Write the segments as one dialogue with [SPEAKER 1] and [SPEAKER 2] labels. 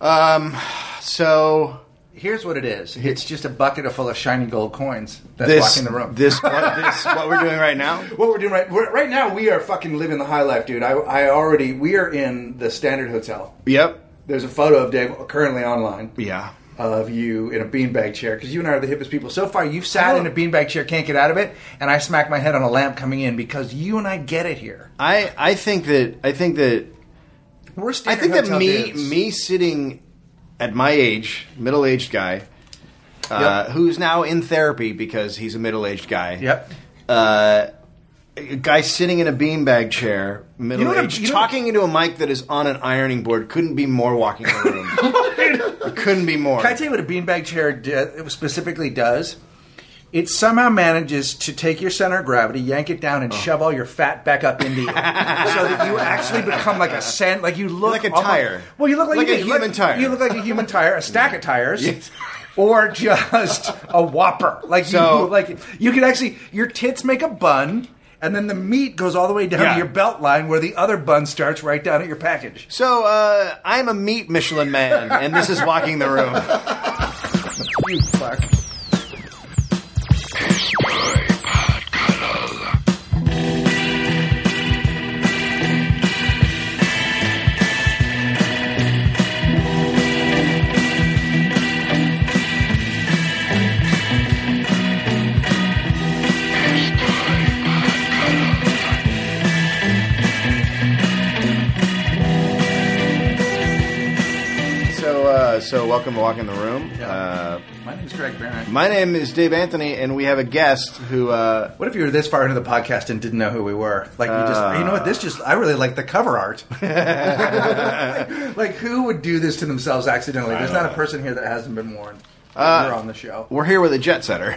[SPEAKER 1] Um, so
[SPEAKER 2] Here's what it is. It's just a bucket full of shiny gold coins that's
[SPEAKER 1] this
[SPEAKER 2] blocking the room.
[SPEAKER 1] this what, this what we're doing right now.
[SPEAKER 2] what we're doing right we're, right now, we are fucking living the high life, dude. I, I already we are in the Standard Hotel.
[SPEAKER 1] Yep.
[SPEAKER 2] There's a photo of Dave currently online
[SPEAKER 1] Yeah.
[SPEAKER 2] of you in a beanbag chair because you and I are the hippest people. So far, you've sat
[SPEAKER 1] Oh.
[SPEAKER 2] in a beanbag chair, can't get out of it, and I smack my head on a lamp coming in because you and I get it here.
[SPEAKER 1] I I think that I think that
[SPEAKER 2] We're
[SPEAKER 1] I
[SPEAKER 2] Standard
[SPEAKER 1] think that
[SPEAKER 2] Hotel
[SPEAKER 1] me
[SPEAKER 2] dudes.
[SPEAKER 1] me sitting at my age, middle aged guy, uh, who's now in therapy because he's a middle aged guy.
[SPEAKER 2] Yep.
[SPEAKER 1] Uh, a guy sitting in a beanbag chair, middle
[SPEAKER 2] what I'm-
[SPEAKER 1] aged,
[SPEAKER 2] you know-
[SPEAKER 1] talking into a mic that is on an ironing board. Couldn't be more walking in the room. couldn't be more.
[SPEAKER 2] Can I tell you what a beanbag chair d- specifically does? It somehow manages to take your center of gravity, yank it down,
[SPEAKER 1] Oh.
[SPEAKER 2] and shove all your fat back up into you, so that you actually become like a sand, like you look
[SPEAKER 1] Like a
[SPEAKER 2] almost-
[SPEAKER 1] tire.
[SPEAKER 2] well, you look like,
[SPEAKER 1] Like
[SPEAKER 2] you-
[SPEAKER 1] a
[SPEAKER 2] you look-
[SPEAKER 1] human tire.
[SPEAKER 2] You look like a human tire, a stack of tires,
[SPEAKER 1] Yes.
[SPEAKER 2] or just a whopper. Like
[SPEAKER 1] So-
[SPEAKER 2] you, like you can actually your tits make a bun. And then the meat goes all the way down
[SPEAKER 1] Yeah.
[SPEAKER 2] to your belt line, where the other bun starts right down at your package.
[SPEAKER 1] So uh, I'm a meat Michelin man, and this is walking the room.
[SPEAKER 2] You fuck.
[SPEAKER 1] So uh, so welcome to walking the room.
[SPEAKER 2] Yeah.
[SPEAKER 1] Uh,
[SPEAKER 2] My name's Greg Barron.
[SPEAKER 1] my name is Dave Anthony, and we have a guest who. Uh,
[SPEAKER 2] What if you were this far into the podcast and didn't know who we were? Like you just, you know what? This just, I really like the cover art. like, who would do this to themselves accidentally? There's not a person here that hasn't been warned.
[SPEAKER 1] Uh,
[SPEAKER 2] we're on the show,
[SPEAKER 1] We're here with a jet setter.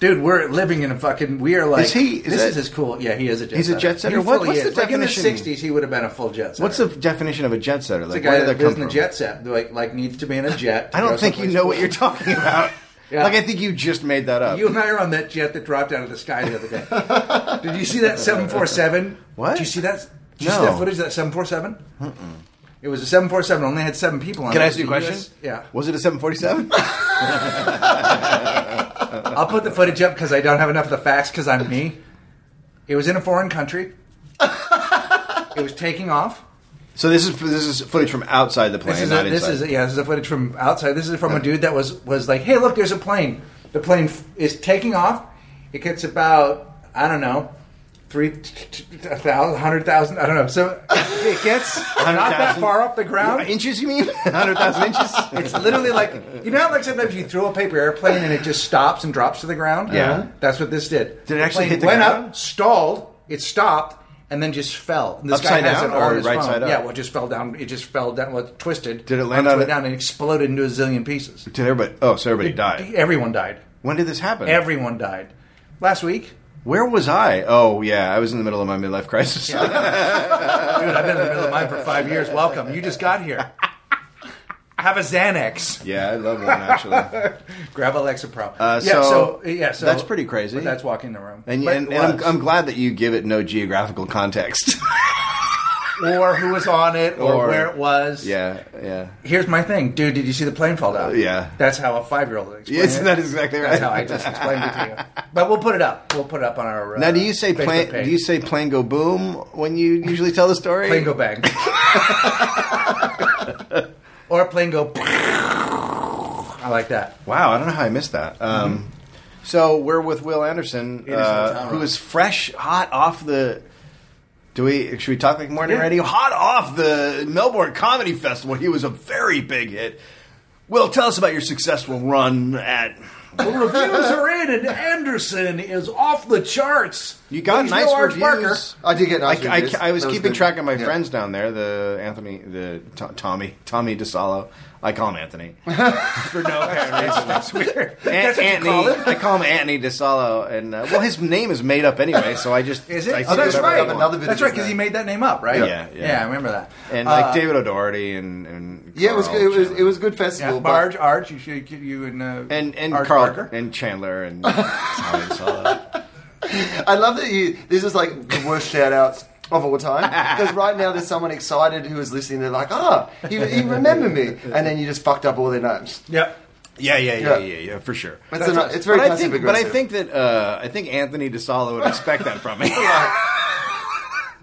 [SPEAKER 2] dude. We're living in a fucking. We are like.
[SPEAKER 1] Is he- is
[SPEAKER 2] this
[SPEAKER 1] that-
[SPEAKER 2] is as cool. Yeah, he is a jet.
[SPEAKER 1] He's a jet setter?
[SPEAKER 2] He
[SPEAKER 1] What-
[SPEAKER 2] fully
[SPEAKER 1] what's the
[SPEAKER 2] is. like in the
[SPEAKER 1] definition?
[SPEAKER 2] '60s, he would have been a full jet setter.
[SPEAKER 1] What's the definition of a jet setter?
[SPEAKER 2] the
[SPEAKER 1] Like,
[SPEAKER 2] guy
[SPEAKER 1] where did
[SPEAKER 2] that
[SPEAKER 1] that come
[SPEAKER 2] lives in a
[SPEAKER 1] from?
[SPEAKER 2] jet set? Like, like needs to be in a jet. to
[SPEAKER 1] I
[SPEAKER 2] go
[SPEAKER 1] don't think you
[SPEAKER 2] someplace
[SPEAKER 1] know what
[SPEAKER 2] cool.
[SPEAKER 1] you're talking about.
[SPEAKER 2] Yeah.
[SPEAKER 1] Like, I think you just made that up.
[SPEAKER 2] You and I are on that jet that dropped out of the sky the other day. Did you see that 747?
[SPEAKER 1] What?
[SPEAKER 2] Did you see that? Did you
[SPEAKER 1] No.
[SPEAKER 2] see that footage of that 747? It was a 747, only had seven people on it.
[SPEAKER 1] Can I ask
[SPEAKER 2] It
[SPEAKER 1] you a
[SPEAKER 2] was
[SPEAKER 1] question?
[SPEAKER 2] US Yeah.
[SPEAKER 1] Was it a 747?
[SPEAKER 2] I'll put the footage up because I don't have enough of the facts because I'm me. It was in a foreign country. it was taking off.
[SPEAKER 1] so this is this is footage from outside the plane,
[SPEAKER 2] This is a,
[SPEAKER 1] not
[SPEAKER 2] this
[SPEAKER 1] inside.
[SPEAKER 2] is yeah. This is a footage from outside. This is from a dude that was was like, "Hey, look, there's a plane. The plane f- is taking off. It gets about I don't know, three t- t- a thousand, hundred thousand. I don't know. So it gets not that
[SPEAKER 1] 100,000?
[SPEAKER 2] far off the ground.
[SPEAKER 1] inches, you mean? 100,000 inches?
[SPEAKER 2] It's literally like you know, how, like sometimes you throw a paper airplane and it just stops and drops to the ground.
[SPEAKER 1] Yeah.
[SPEAKER 2] that's what this did.
[SPEAKER 1] Did it actually
[SPEAKER 2] plane
[SPEAKER 1] hit the
[SPEAKER 2] went
[SPEAKER 1] ground?
[SPEAKER 2] up, stalled, it stopped, and then just fell. And this
[SPEAKER 1] Upside
[SPEAKER 2] guy has
[SPEAKER 1] down
[SPEAKER 2] it all on
[SPEAKER 1] or
[SPEAKER 2] his
[SPEAKER 1] right
[SPEAKER 2] phone.
[SPEAKER 1] side up?
[SPEAKER 2] Yeah, well, it just fell down. It just fell down. Well, it twisted.
[SPEAKER 1] Did it land
[SPEAKER 2] upside
[SPEAKER 1] on it?
[SPEAKER 2] down and exploded into a zillion pieces?
[SPEAKER 1] Did everybody, oh, so everybody died.
[SPEAKER 2] Everyone died.
[SPEAKER 1] When did this happen?
[SPEAKER 2] Everyone died. Last week,
[SPEAKER 1] Where was I? Oh, yeah, I was in the middle of my midlife crisis.
[SPEAKER 2] dude, I've been in the middle of mine for five years. Welcome. You just got here. Have a Xanax.
[SPEAKER 1] yeah, I love one, actually.
[SPEAKER 2] Grab a Lexapro.
[SPEAKER 1] Uh,
[SPEAKER 2] yeah,
[SPEAKER 1] so
[SPEAKER 2] so, yeah, so
[SPEAKER 1] that's pretty crazy.
[SPEAKER 2] But that's walking the room.
[SPEAKER 1] And,
[SPEAKER 2] But
[SPEAKER 1] and,
[SPEAKER 2] it
[SPEAKER 1] and I'm,
[SPEAKER 2] was.
[SPEAKER 1] I'm glad that you give it no geographical context.
[SPEAKER 2] or who was on it or,
[SPEAKER 1] Or-
[SPEAKER 2] where it was.
[SPEAKER 1] yeah, yeah.
[SPEAKER 2] Here's my thing, dude. Did you see the plane fall down?
[SPEAKER 1] yeah.
[SPEAKER 2] That's how a five year old explains.
[SPEAKER 1] Yes,
[SPEAKER 2] it.
[SPEAKER 1] that is exactly right.
[SPEAKER 2] That's how I just explained it to you. But we'll put it up. We'll put it up on our. Uh,
[SPEAKER 1] Now, do you say
[SPEAKER 2] Facebook
[SPEAKER 1] plane?
[SPEAKER 2] page.
[SPEAKER 1] Do you say plane go boom when you usually tell the story?
[SPEAKER 2] plane go bang? or plane go. I like that.
[SPEAKER 1] Wow, I don't know how I missed that. Um, So we're with Will Anderson,
[SPEAKER 2] Mm-hmm. is
[SPEAKER 1] uh,
[SPEAKER 2] Hotel Room.
[SPEAKER 1] who is fresh, hot off the. Do we should we talk like morning
[SPEAKER 2] Yeah.
[SPEAKER 1] radio? Hot off the Melbourne Comedy Festival, he was a very big hit. Will, tell us about your successful run at.
[SPEAKER 2] The reviews are in, and Anderson is off the charts.
[SPEAKER 1] You got
[SPEAKER 2] There's
[SPEAKER 1] nice
[SPEAKER 2] no Arch
[SPEAKER 1] reviews.
[SPEAKER 2] Barker.
[SPEAKER 3] I did get
[SPEAKER 1] I,
[SPEAKER 3] nice
[SPEAKER 1] I-
[SPEAKER 3] reviews.
[SPEAKER 1] I was
[SPEAKER 3] That
[SPEAKER 1] keeping
[SPEAKER 3] good.
[SPEAKER 1] track of my
[SPEAKER 3] Yeah.
[SPEAKER 1] friends down there. The Anthony, the To- Tommy, Tommy DeSalo. I call him Anthony for no apparent reason. That's weird.
[SPEAKER 2] That's what you
[SPEAKER 1] Anthony,
[SPEAKER 2] call him?
[SPEAKER 1] I call him Anthony DeSalo, and uh, well, his name is made up anyway, so I just
[SPEAKER 2] Is it?
[SPEAKER 1] I
[SPEAKER 2] oh,
[SPEAKER 1] say
[SPEAKER 2] that's
[SPEAKER 1] whatever I
[SPEAKER 2] right.
[SPEAKER 1] want.
[SPEAKER 3] Another video
[SPEAKER 2] That's right,
[SPEAKER 3] is
[SPEAKER 2] because
[SPEAKER 3] that.
[SPEAKER 2] he made that name up, right?
[SPEAKER 1] Yeah, yeah.
[SPEAKER 2] I remember that.
[SPEAKER 1] And like
[SPEAKER 2] Uh,
[SPEAKER 1] David O'Doherty and and
[SPEAKER 3] Yeah, it was
[SPEAKER 1] Carl
[SPEAKER 3] good. It was it
[SPEAKER 1] Chandler.
[SPEAKER 3] was a good festival.
[SPEAKER 2] Yeah,
[SPEAKER 3] but-
[SPEAKER 2] Barge, Arch, you should you and uh,
[SPEAKER 1] and and
[SPEAKER 2] Arch
[SPEAKER 1] Carl
[SPEAKER 2] Barker.
[SPEAKER 1] and Chandler and Tommy DeSalo.
[SPEAKER 3] I love that you. This is like the worst shout outs of all time. Because right now there's someone excited who is listening. They're like, ah, you, you remember me, and then you just fucked up all their names.
[SPEAKER 2] Yep.
[SPEAKER 1] Yeah, yeah, yeah, yeah,
[SPEAKER 3] Yeah.
[SPEAKER 1] yeah, for sure.
[SPEAKER 3] It's, an, it's very
[SPEAKER 1] but I
[SPEAKER 3] passive
[SPEAKER 1] think, but I
[SPEAKER 3] aggressive.
[SPEAKER 1] think that uh, I think Anthony DeSalo would expect that from me.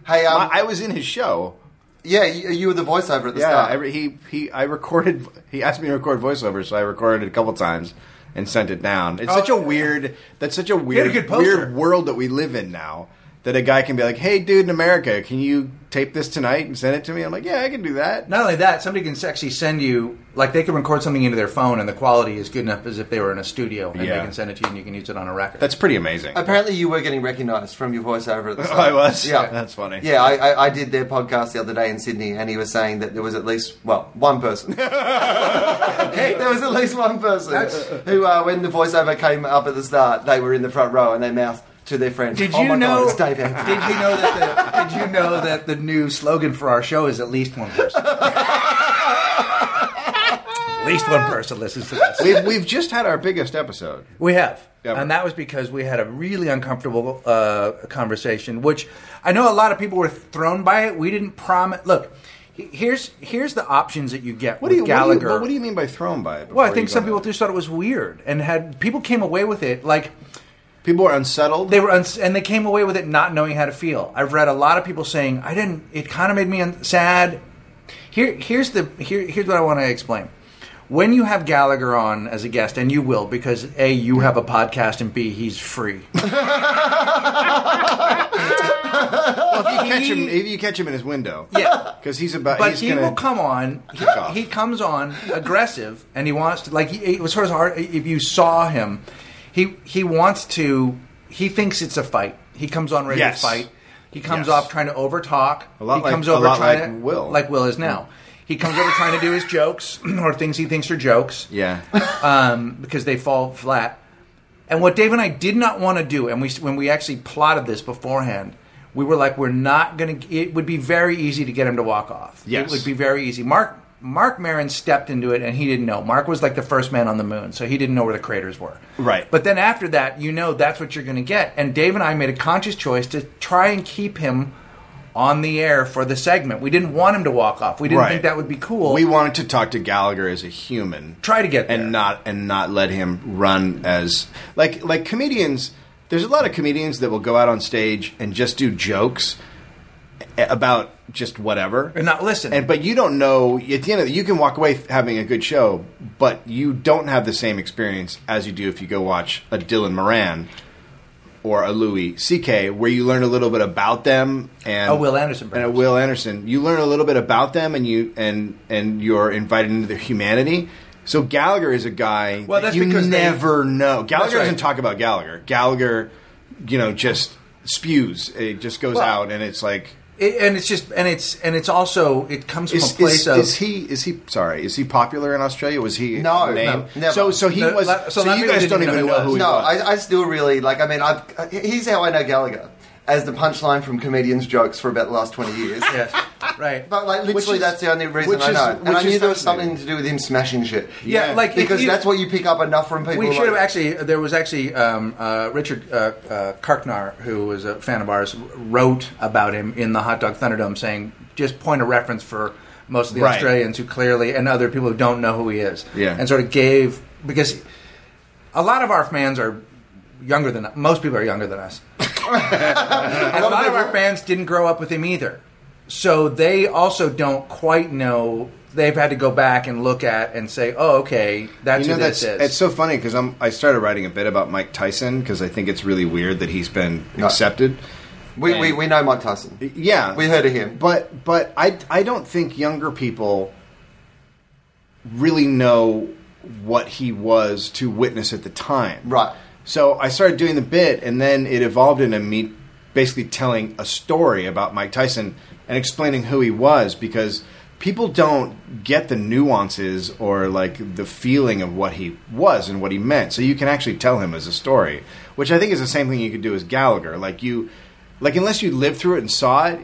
[SPEAKER 3] hey, um,
[SPEAKER 1] I, I was in his show.
[SPEAKER 3] yeah, you, you were the voiceover at the
[SPEAKER 1] Yeah,
[SPEAKER 3] start.
[SPEAKER 1] I, re- he he. I recorded. He asked me to record voiceover, so I recorded it a couple times and sent it down. It's such a weird. That's such a weird,
[SPEAKER 2] good poster.
[SPEAKER 1] weird world that we live in now. That a guy can be like, "Hey, dude, in America, can you tape this tonight and send it to me?" I'm like, "Yeah, I can do that."
[SPEAKER 2] Not only that, somebody can actually send you like they can record something into their phone, and the quality is good enough as if they were in a studio, and
[SPEAKER 1] Yeah.
[SPEAKER 2] they can send it to you, and you can use it on a record.
[SPEAKER 1] That's pretty amazing.
[SPEAKER 3] Apparently, you were getting recognised from your voiceover at the
[SPEAKER 1] Oh,
[SPEAKER 3] start.
[SPEAKER 1] I was.
[SPEAKER 3] Yeah,
[SPEAKER 1] that's funny.
[SPEAKER 3] Yeah, I, I, I did their podcast the other day in Sydney, and he was saying that there was at least well one person. hey, there was at least one person who, uh, when the voiceover came up at the start, they were in the front row and they mouthed to their friend.
[SPEAKER 2] Did
[SPEAKER 3] "Oh
[SPEAKER 2] you
[SPEAKER 3] my
[SPEAKER 2] know?
[SPEAKER 3] God, it's Dave Anthony."
[SPEAKER 2] did you know that? The, did you know that the new slogan for our show is at least one person? at least one person listens to this.
[SPEAKER 1] We've we've just had our biggest episode.
[SPEAKER 2] We have.
[SPEAKER 1] Yeah.
[SPEAKER 2] And that was because we had a really uncomfortable uh, conversation, which I know a lot of people were thrown by it. We didn't promise. Look, he- here's here's the options that you get
[SPEAKER 1] What
[SPEAKER 2] with
[SPEAKER 1] do you
[SPEAKER 2] Gallagher.
[SPEAKER 1] What do you, what do you mean by thrown by it?
[SPEAKER 2] well, I
[SPEAKER 1] before
[SPEAKER 2] think
[SPEAKER 1] you
[SPEAKER 2] some
[SPEAKER 1] go
[SPEAKER 2] people
[SPEAKER 1] there?
[SPEAKER 2] just thought it was weird and had people came away with it like
[SPEAKER 1] people are unsettled.
[SPEAKER 2] they were uns- and they came away with it not knowing how to feel. I've read a lot of people saying I didn't. It kind of made me un- sad. Here, here's the here, here's what I want to explain. When you have Gallagher on as a guest, and you will, because a you have a podcast, and b he's free.
[SPEAKER 1] Well, if you catch him, if you catch him in his window,
[SPEAKER 2] Yeah.
[SPEAKER 1] because he's about.
[SPEAKER 2] But
[SPEAKER 1] he's
[SPEAKER 2] he
[SPEAKER 1] gonna,
[SPEAKER 2] will come on. He,
[SPEAKER 1] Kick off.
[SPEAKER 2] he comes on aggressive, and he wants to like. He, it was sort of hard if you saw him. He he wants to. He thinks it's a fight. He comes on ready
[SPEAKER 1] Yes.
[SPEAKER 2] to fight. He comes
[SPEAKER 1] Yes.
[SPEAKER 2] off trying to overtalk.
[SPEAKER 1] A lot
[SPEAKER 2] he
[SPEAKER 1] like-
[SPEAKER 2] comes
[SPEAKER 1] a
[SPEAKER 2] over
[SPEAKER 1] lot
[SPEAKER 2] trying
[SPEAKER 1] like
[SPEAKER 2] to,
[SPEAKER 1] Will.
[SPEAKER 2] like Will is now. He comes over trying to do his jokes or things he thinks are jokes
[SPEAKER 1] Yeah,
[SPEAKER 2] um, because they fall flat. And what Dave and I did not want to do, and we when we actually plotted this beforehand, we were like, we're not going to. It would be very easy to get him to walk off.
[SPEAKER 1] Yes.
[SPEAKER 2] it would be very easy. Mark Mark Marin stepped into it, and he didn't know. Mark was like the first man on the moon, so he didn't know where the craters were.
[SPEAKER 1] Right.
[SPEAKER 2] But then after that, you know that's what you're going to get. And Dave and I made a conscious choice to try and keep him on the air for the segment. We didn't want him to walk off. We didn't
[SPEAKER 1] Right.
[SPEAKER 2] think that would be cool.
[SPEAKER 1] we wanted to talk to Gallagher as a human.
[SPEAKER 2] Try to get there.
[SPEAKER 1] and not and not let him run as like like comedians. There's a lot of comedians that will go out on stage and just do jokes a- about just whatever
[SPEAKER 2] and not listen.
[SPEAKER 1] And but you don't know at the end of it, you can walk away having a good show, but you don't have the same experience as you do if you go watch a Dylan Moran or a Louis C.K. where you learn a little bit about them and
[SPEAKER 2] A Will Anderson,
[SPEAKER 1] and a
[SPEAKER 2] perhaps.
[SPEAKER 1] Will Anderson. You learn a little bit about them and you and and you're invited into their humanity. So Gallagher is a guy
[SPEAKER 2] Well,
[SPEAKER 1] that
[SPEAKER 2] that's
[SPEAKER 1] you
[SPEAKER 2] because they-
[SPEAKER 1] never know. Gallagher
[SPEAKER 2] right.
[SPEAKER 1] doesn't talk about Gallagher. Gallagher, you know, just spews. It just goes
[SPEAKER 2] Well-
[SPEAKER 1] out and it's like
[SPEAKER 2] It, and it's just and it's and it's also it comes from
[SPEAKER 1] is,
[SPEAKER 2] a place
[SPEAKER 1] is,
[SPEAKER 2] of
[SPEAKER 1] is he is he sorry is he popular in Australia? Was he
[SPEAKER 3] No,
[SPEAKER 1] a name?
[SPEAKER 3] no, never.
[SPEAKER 1] So so he
[SPEAKER 2] No,
[SPEAKER 1] was.
[SPEAKER 2] la-
[SPEAKER 1] So,
[SPEAKER 2] so that
[SPEAKER 1] you
[SPEAKER 2] means
[SPEAKER 1] guys
[SPEAKER 2] they
[SPEAKER 1] don't
[SPEAKER 2] didn't
[SPEAKER 1] even
[SPEAKER 2] know
[SPEAKER 1] know
[SPEAKER 2] who
[SPEAKER 1] who he
[SPEAKER 3] no,
[SPEAKER 1] was.
[SPEAKER 3] I, I still really like. I mean, I've, uh, here's how I know Gallagher as the punchline from comedians' jokes for about the last twenty years.
[SPEAKER 2] yes, right.
[SPEAKER 3] But like literally,
[SPEAKER 1] is-
[SPEAKER 3] that's the only reason
[SPEAKER 1] which
[SPEAKER 3] I
[SPEAKER 1] is-
[SPEAKER 3] know, and
[SPEAKER 1] which
[SPEAKER 3] I knew
[SPEAKER 1] is
[SPEAKER 3] there was
[SPEAKER 1] fascinating.
[SPEAKER 3] something to do with him smashing shit.
[SPEAKER 2] yeah,
[SPEAKER 1] yeah,
[SPEAKER 2] like if
[SPEAKER 3] because
[SPEAKER 2] you-
[SPEAKER 3] that's what you pick up enough from people.
[SPEAKER 2] we should have
[SPEAKER 3] like-
[SPEAKER 2] actually. uh, There was actually um, uh, Richard uh, uh, Karknar, who was a fan of ours, wrote about him in the Hot Dog Thunderdome, saying just point of reference for most of the
[SPEAKER 1] Right.
[SPEAKER 2] Australians who clearly and other people who don't know who he is,
[SPEAKER 1] Yeah.
[SPEAKER 2] and sort of gave because a lot of our fans are younger than most people are younger than us. And a lot of our fans didn't grow up with him either. So they also don't quite know. They've had to go back and look at and say, "Oh, okay, that's
[SPEAKER 1] You know
[SPEAKER 2] who
[SPEAKER 1] that's
[SPEAKER 2] this is."
[SPEAKER 1] it's so funny because I'm I started writing a bit about Mike Tyson because I think it's really weird that he's been accepted.
[SPEAKER 3] we, we we know Mike Tyson.
[SPEAKER 1] Yeah,
[SPEAKER 3] We heard of him.
[SPEAKER 1] but but I I don't think younger people really know what he was to witness at the time.
[SPEAKER 3] Right.
[SPEAKER 1] So I started doing the bit, and then it evolved into me basically telling a story about Mike Tyson and explaining who he was because people don't get the nuances or like the feeling of what he was and what he meant. So you can actually tell him as a story, which I think is the same thing you could do as Gallagher. Like you, like unless you lived through it and saw it,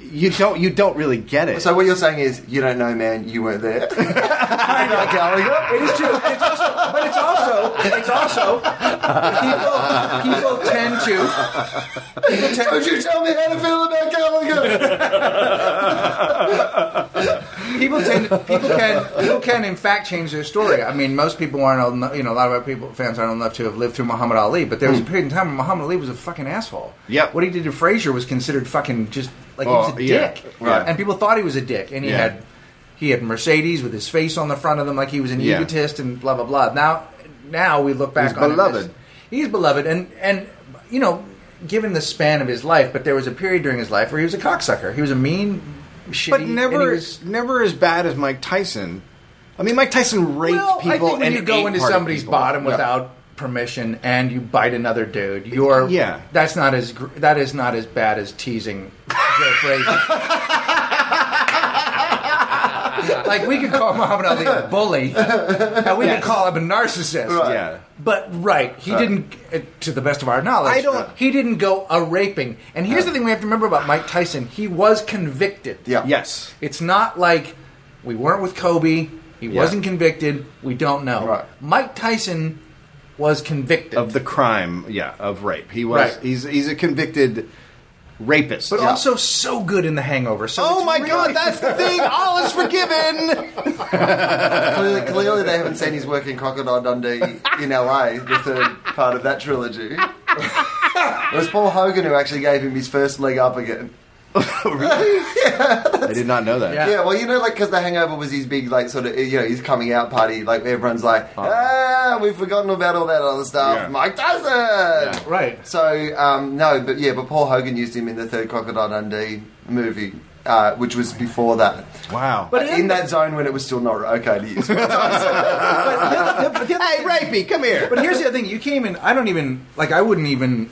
[SPEAKER 1] you don't you don't really get it.
[SPEAKER 3] So what you're saying is you don't know, man. You weren't there. Not Gallagher.
[SPEAKER 2] It is true. It's also, but it's also, it's also, people, people tend to, people
[SPEAKER 3] Don't
[SPEAKER 2] tend,
[SPEAKER 3] you tell me how to feel about Gallagher.
[SPEAKER 2] people tend, people can, people can in fact change their story. I mean, most people aren't old enough, you know, a lot of our people, fans aren't old enough to have lived through Muhammad Ali, but there was a period in time when Muhammad Ali was a fucking asshole.
[SPEAKER 1] Hmm. Yep.
[SPEAKER 2] What he did to Frazier was considered fucking just, like he
[SPEAKER 1] Oh,
[SPEAKER 2] was a
[SPEAKER 1] yeah.
[SPEAKER 2] dick.
[SPEAKER 1] Right.
[SPEAKER 2] And people thought he was a dick, and he
[SPEAKER 1] Yeah.
[SPEAKER 2] had, he had Mercedes with his face on the front of them like he was an
[SPEAKER 1] Yeah.
[SPEAKER 2] egotist and blah, blah, blah. Now, now we look back
[SPEAKER 1] He's
[SPEAKER 2] on him as-
[SPEAKER 1] beloved.
[SPEAKER 2] He's beloved, and and you know, given the span of his life, but there was a period during his life where he was a cocksucker. He was a mean, shitty,
[SPEAKER 1] but
[SPEAKER 2] and he
[SPEAKER 1] never
[SPEAKER 2] was-
[SPEAKER 1] never as bad as Mike Tyson. I mean, Mike Tyson raped
[SPEAKER 2] well,
[SPEAKER 1] people.
[SPEAKER 2] I think when
[SPEAKER 1] and
[SPEAKER 2] you go
[SPEAKER 1] ate
[SPEAKER 2] into
[SPEAKER 1] part of
[SPEAKER 2] somebody's
[SPEAKER 1] people.
[SPEAKER 2] bottom
[SPEAKER 1] Yeah.
[SPEAKER 2] without permission and you bite another dude, you're
[SPEAKER 1] Yeah.
[SPEAKER 2] That's not as gr- that is not as bad as teasing. Joe Frazier. like we could call Muhammad Ali a bully, and we could
[SPEAKER 1] Yes.
[SPEAKER 2] call him a narcissist.
[SPEAKER 1] yeah.
[SPEAKER 2] But right, he didn't, uh, to the best of our knowledge,
[SPEAKER 1] I don't-
[SPEAKER 2] He didn't go a raping. And here's the thing we have to remember about Mike Tyson: he was convicted.
[SPEAKER 3] Yeah.
[SPEAKER 1] Yes.
[SPEAKER 2] It's not like we weren't with Kobe. He
[SPEAKER 1] Yeah.
[SPEAKER 2] wasn't convicted. We don't know.
[SPEAKER 3] Right.
[SPEAKER 2] Mike Tyson was convicted.
[SPEAKER 1] Of the crime, yeah, of rape. He was
[SPEAKER 2] Right.
[SPEAKER 1] he's he's a convicted rapist.
[SPEAKER 2] but also so good in The Hangover. So
[SPEAKER 1] oh
[SPEAKER 2] it's
[SPEAKER 1] my
[SPEAKER 2] really-
[SPEAKER 1] god, that's the thing. All is forgiven.
[SPEAKER 3] Clearly, clearly, they haven't seen his work in Crocodile Dundee in LA, the third part of that trilogy. it was Paul Hogan who actually gave him his first leg up again.
[SPEAKER 1] I did not know that.
[SPEAKER 2] Yeah.
[SPEAKER 3] Yeah, well, you know, like because The Hangover was his big, like, sort of, you know, his coming out party. Like everyone's like, ah, we've forgotten about all that other stuff.
[SPEAKER 1] Oh. Yeah.
[SPEAKER 3] Mike Tyson.
[SPEAKER 1] Yeah.
[SPEAKER 2] Right.
[SPEAKER 3] So um, no, but yeah, but Paul Hogan used him in the third Crocodile Dundee movie, uh, which was before that. Uh,
[SPEAKER 1] Wow.
[SPEAKER 2] But
[SPEAKER 3] in that zone when it was still not okay to use.
[SPEAKER 2] But the other- the- but the other-
[SPEAKER 1] hey, rapey, come here.
[SPEAKER 2] But here's the other thing: you came in. I don't even like. I wouldn't even.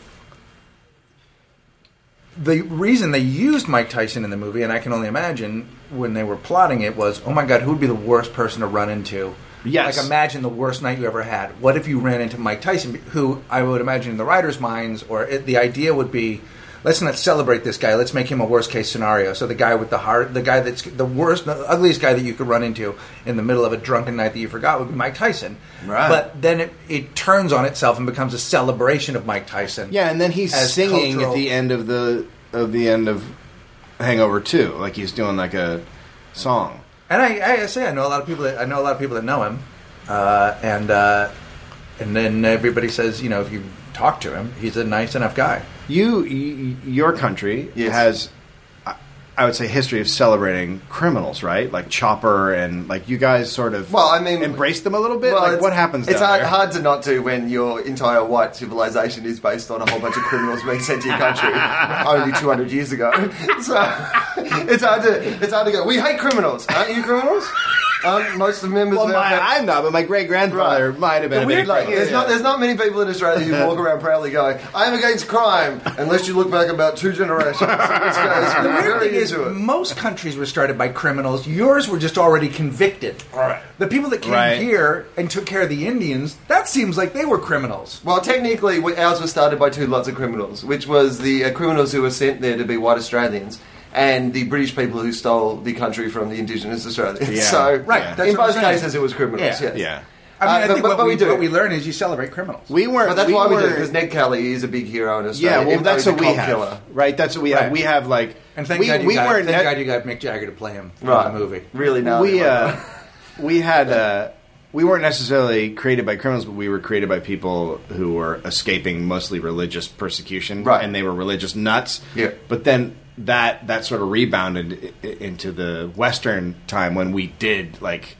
[SPEAKER 2] The reason they used Mike Tyson in the movie, and I can only imagine when they were plotting it, was oh my god, who would be the worst person to run into?
[SPEAKER 1] Yes.
[SPEAKER 2] Like imagine the worst night you ever had. What if you ran into Mike Tyson, who I would imagine in the writers' minds, or it, the idea would be, let's not celebrate this guy. Let's make him a worst case scenario. So the guy with the heart, the guy that's the worst, the ugliest guy that you could run into in the middle of a drunken night that you forgot would be Mike Tyson.
[SPEAKER 3] Right.
[SPEAKER 2] But then it, it turns on itself and becomes a celebration of Mike Tyson.
[SPEAKER 1] Yeah, and then he's
[SPEAKER 2] As
[SPEAKER 1] singing
[SPEAKER 2] cultural-
[SPEAKER 1] at the end of the of the end of Hangover Two, like he's doing like a song.
[SPEAKER 2] And I, I say I know a lot of people. That, I know a lot of people that know him, uh, and uh, and then everybody says, you know, if you talk to him, he's a nice enough guy.
[SPEAKER 1] You, y- your country
[SPEAKER 3] Yes.
[SPEAKER 1] has, I- I would say, history of celebrating criminals, right? Like Chopper and like you guys sort of.
[SPEAKER 3] Well, I mean-
[SPEAKER 1] embrace them a little bit. like
[SPEAKER 3] it's-
[SPEAKER 1] what happens?
[SPEAKER 3] It's
[SPEAKER 1] down
[SPEAKER 3] hard,
[SPEAKER 1] there?
[SPEAKER 3] hard to not do when your entire white civilization is based on a whole bunch of criminals being sent to your country only 200 years ago. So it's hard to it's hard to go. We hate criminals, aren't you criminals? Aren't most of the members
[SPEAKER 1] Well,
[SPEAKER 3] of our
[SPEAKER 1] my,
[SPEAKER 3] fa-
[SPEAKER 1] I'm not, but my great grandfather
[SPEAKER 3] Right.
[SPEAKER 1] might have been. a big
[SPEAKER 3] like,
[SPEAKER 1] criminal.
[SPEAKER 3] there's not there's not many people in Australia who walk around proudly going, "I'm against crime," unless you look back about two generations. It's, it's
[SPEAKER 2] The weird
[SPEAKER 3] very
[SPEAKER 2] thing is,
[SPEAKER 3] into it.
[SPEAKER 2] most countries were started by criminals. Yours were just already convicted. All right. The people that came
[SPEAKER 1] Right.
[SPEAKER 2] here and took care of the Indians, that seems like they were criminals.
[SPEAKER 3] Well, technically, we- ours was started by two lots of criminals, which was the uh, criminals who were sent there to be white Australians and the British people who stole the country from the indigenous Australians.
[SPEAKER 1] Yeah.
[SPEAKER 3] So,
[SPEAKER 1] Right,
[SPEAKER 2] that's
[SPEAKER 3] in
[SPEAKER 2] what I'm
[SPEAKER 3] both
[SPEAKER 2] saying.
[SPEAKER 3] cases, it was criminals.
[SPEAKER 2] Yeah.
[SPEAKER 3] Yes.
[SPEAKER 1] Yeah,
[SPEAKER 2] I mean, I
[SPEAKER 3] Uh, but-
[SPEAKER 2] think
[SPEAKER 3] but-
[SPEAKER 2] what,
[SPEAKER 3] but
[SPEAKER 2] we,
[SPEAKER 3] we do.
[SPEAKER 2] what we learn is you celebrate criminals.
[SPEAKER 1] we weren't.
[SPEAKER 3] But that's why we
[SPEAKER 1] were,
[SPEAKER 3] did it because Ned Kelly is a big hero in Australia.
[SPEAKER 1] Yeah,
[SPEAKER 3] even
[SPEAKER 1] well,
[SPEAKER 3] though
[SPEAKER 1] that's
[SPEAKER 3] he's
[SPEAKER 1] what
[SPEAKER 3] a
[SPEAKER 1] we
[SPEAKER 3] cop
[SPEAKER 1] have,
[SPEAKER 3] killer.
[SPEAKER 1] right? That's what we have.
[SPEAKER 2] Right.
[SPEAKER 1] We have like,
[SPEAKER 2] and thank
[SPEAKER 1] we,
[SPEAKER 2] God you
[SPEAKER 1] we
[SPEAKER 2] got,
[SPEAKER 1] weren't.
[SPEAKER 2] thank
[SPEAKER 1] ne-
[SPEAKER 2] God you got Mick Jagger to play him
[SPEAKER 3] Right.
[SPEAKER 2] in the movie.
[SPEAKER 3] Really gnarly.
[SPEAKER 1] we
[SPEAKER 3] one.
[SPEAKER 1] uh, we had uh, we weren't necessarily created by criminals, but we were created by people who were escaping mostly religious persecution,
[SPEAKER 3] Right.
[SPEAKER 1] And they were religious nuts.
[SPEAKER 3] Yeah.
[SPEAKER 1] But then that that sort of rebounded i- i- into the Western time when we did like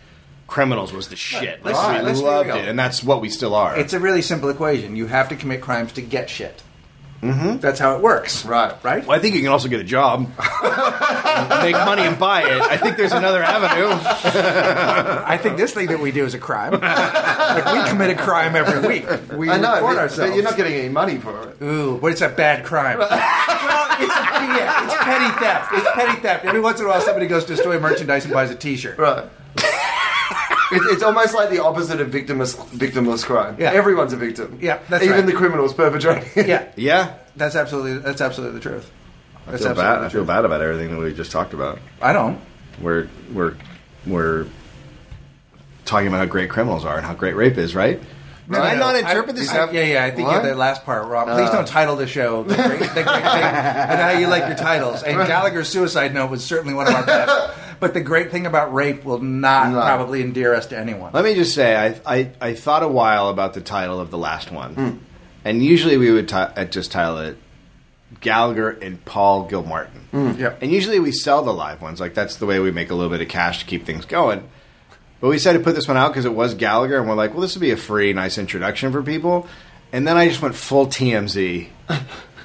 [SPEAKER 1] criminals was the shit. Like,
[SPEAKER 2] Let's-
[SPEAKER 1] we
[SPEAKER 2] let's be
[SPEAKER 1] loved
[SPEAKER 2] real.
[SPEAKER 1] it, and that's what we still are.
[SPEAKER 2] It's a really simple equation. You have to commit crimes to get shit. Mm-hmm. That's how it works.
[SPEAKER 3] Right.
[SPEAKER 2] Right?
[SPEAKER 1] well, I think you can also get a job, make money, and buy it. I think there's another avenue.
[SPEAKER 2] I think this thing that we do is a crime. like we commit a crime every week. We
[SPEAKER 3] I know,
[SPEAKER 2] record
[SPEAKER 3] but,
[SPEAKER 2] ourselves.
[SPEAKER 3] but you're not getting any money for it.
[SPEAKER 2] Ooh, but it's a bad crime. well, it's, yeah, it's petty theft. It's petty theft. Every once in a while, somebody goes to destroy merchandise and buys a T-shirt.
[SPEAKER 3] Right. It- it's almost like the opposite of victimless, victimless crime.
[SPEAKER 2] Yeah.
[SPEAKER 3] Everyone's a victim.
[SPEAKER 2] Yeah, that's
[SPEAKER 3] Even
[SPEAKER 2] right.
[SPEAKER 3] the criminals perpetrating it.
[SPEAKER 2] Yeah,
[SPEAKER 1] Yeah.
[SPEAKER 2] that's absolutely that's absolutely the truth.
[SPEAKER 1] I
[SPEAKER 2] That's
[SPEAKER 1] feel
[SPEAKER 2] absolutely
[SPEAKER 1] bad. I
[SPEAKER 2] true.
[SPEAKER 1] feel bad about everything that we just talked about.
[SPEAKER 2] I don't.
[SPEAKER 1] We're we're we're talking about how great criminals are and how great rape is, right?
[SPEAKER 2] No,
[SPEAKER 1] Did
[SPEAKER 2] no,
[SPEAKER 1] I
[SPEAKER 2] no.
[SPEAKER 1] not interpret this?
[SPEAKER 2] I- yeah, yeah. I think you have
[SPEAKER 3] What?
[SPEAKER 2] that last part wrong. Please don't title the show. The great, the great thing, and how you like your titles. And Gallagher's suicide note was certainly one of our best. But the great thing about rape will not
[SPEAKER 3] No.
[SPEAKER 2] probably endear us to anyone.
[SPEAKER 1] Let me just say, I, I, I thought a while about the title of the last one,
[SPEAKER 2] Hmm.
[SPEAKER 1] and usually we would ti- uh, just title it Gallagher and Paul Gilmartin.
[SPEAKER 2] Yep.
[SPEAKER 1] And usually we sell the live ones, like that's the way we make a little bit of cash to keep things going. But we decided to put this one out because it was Gallagher, and we're like, well, this would be a free, nice introduction for people. And then I just went full TMZ.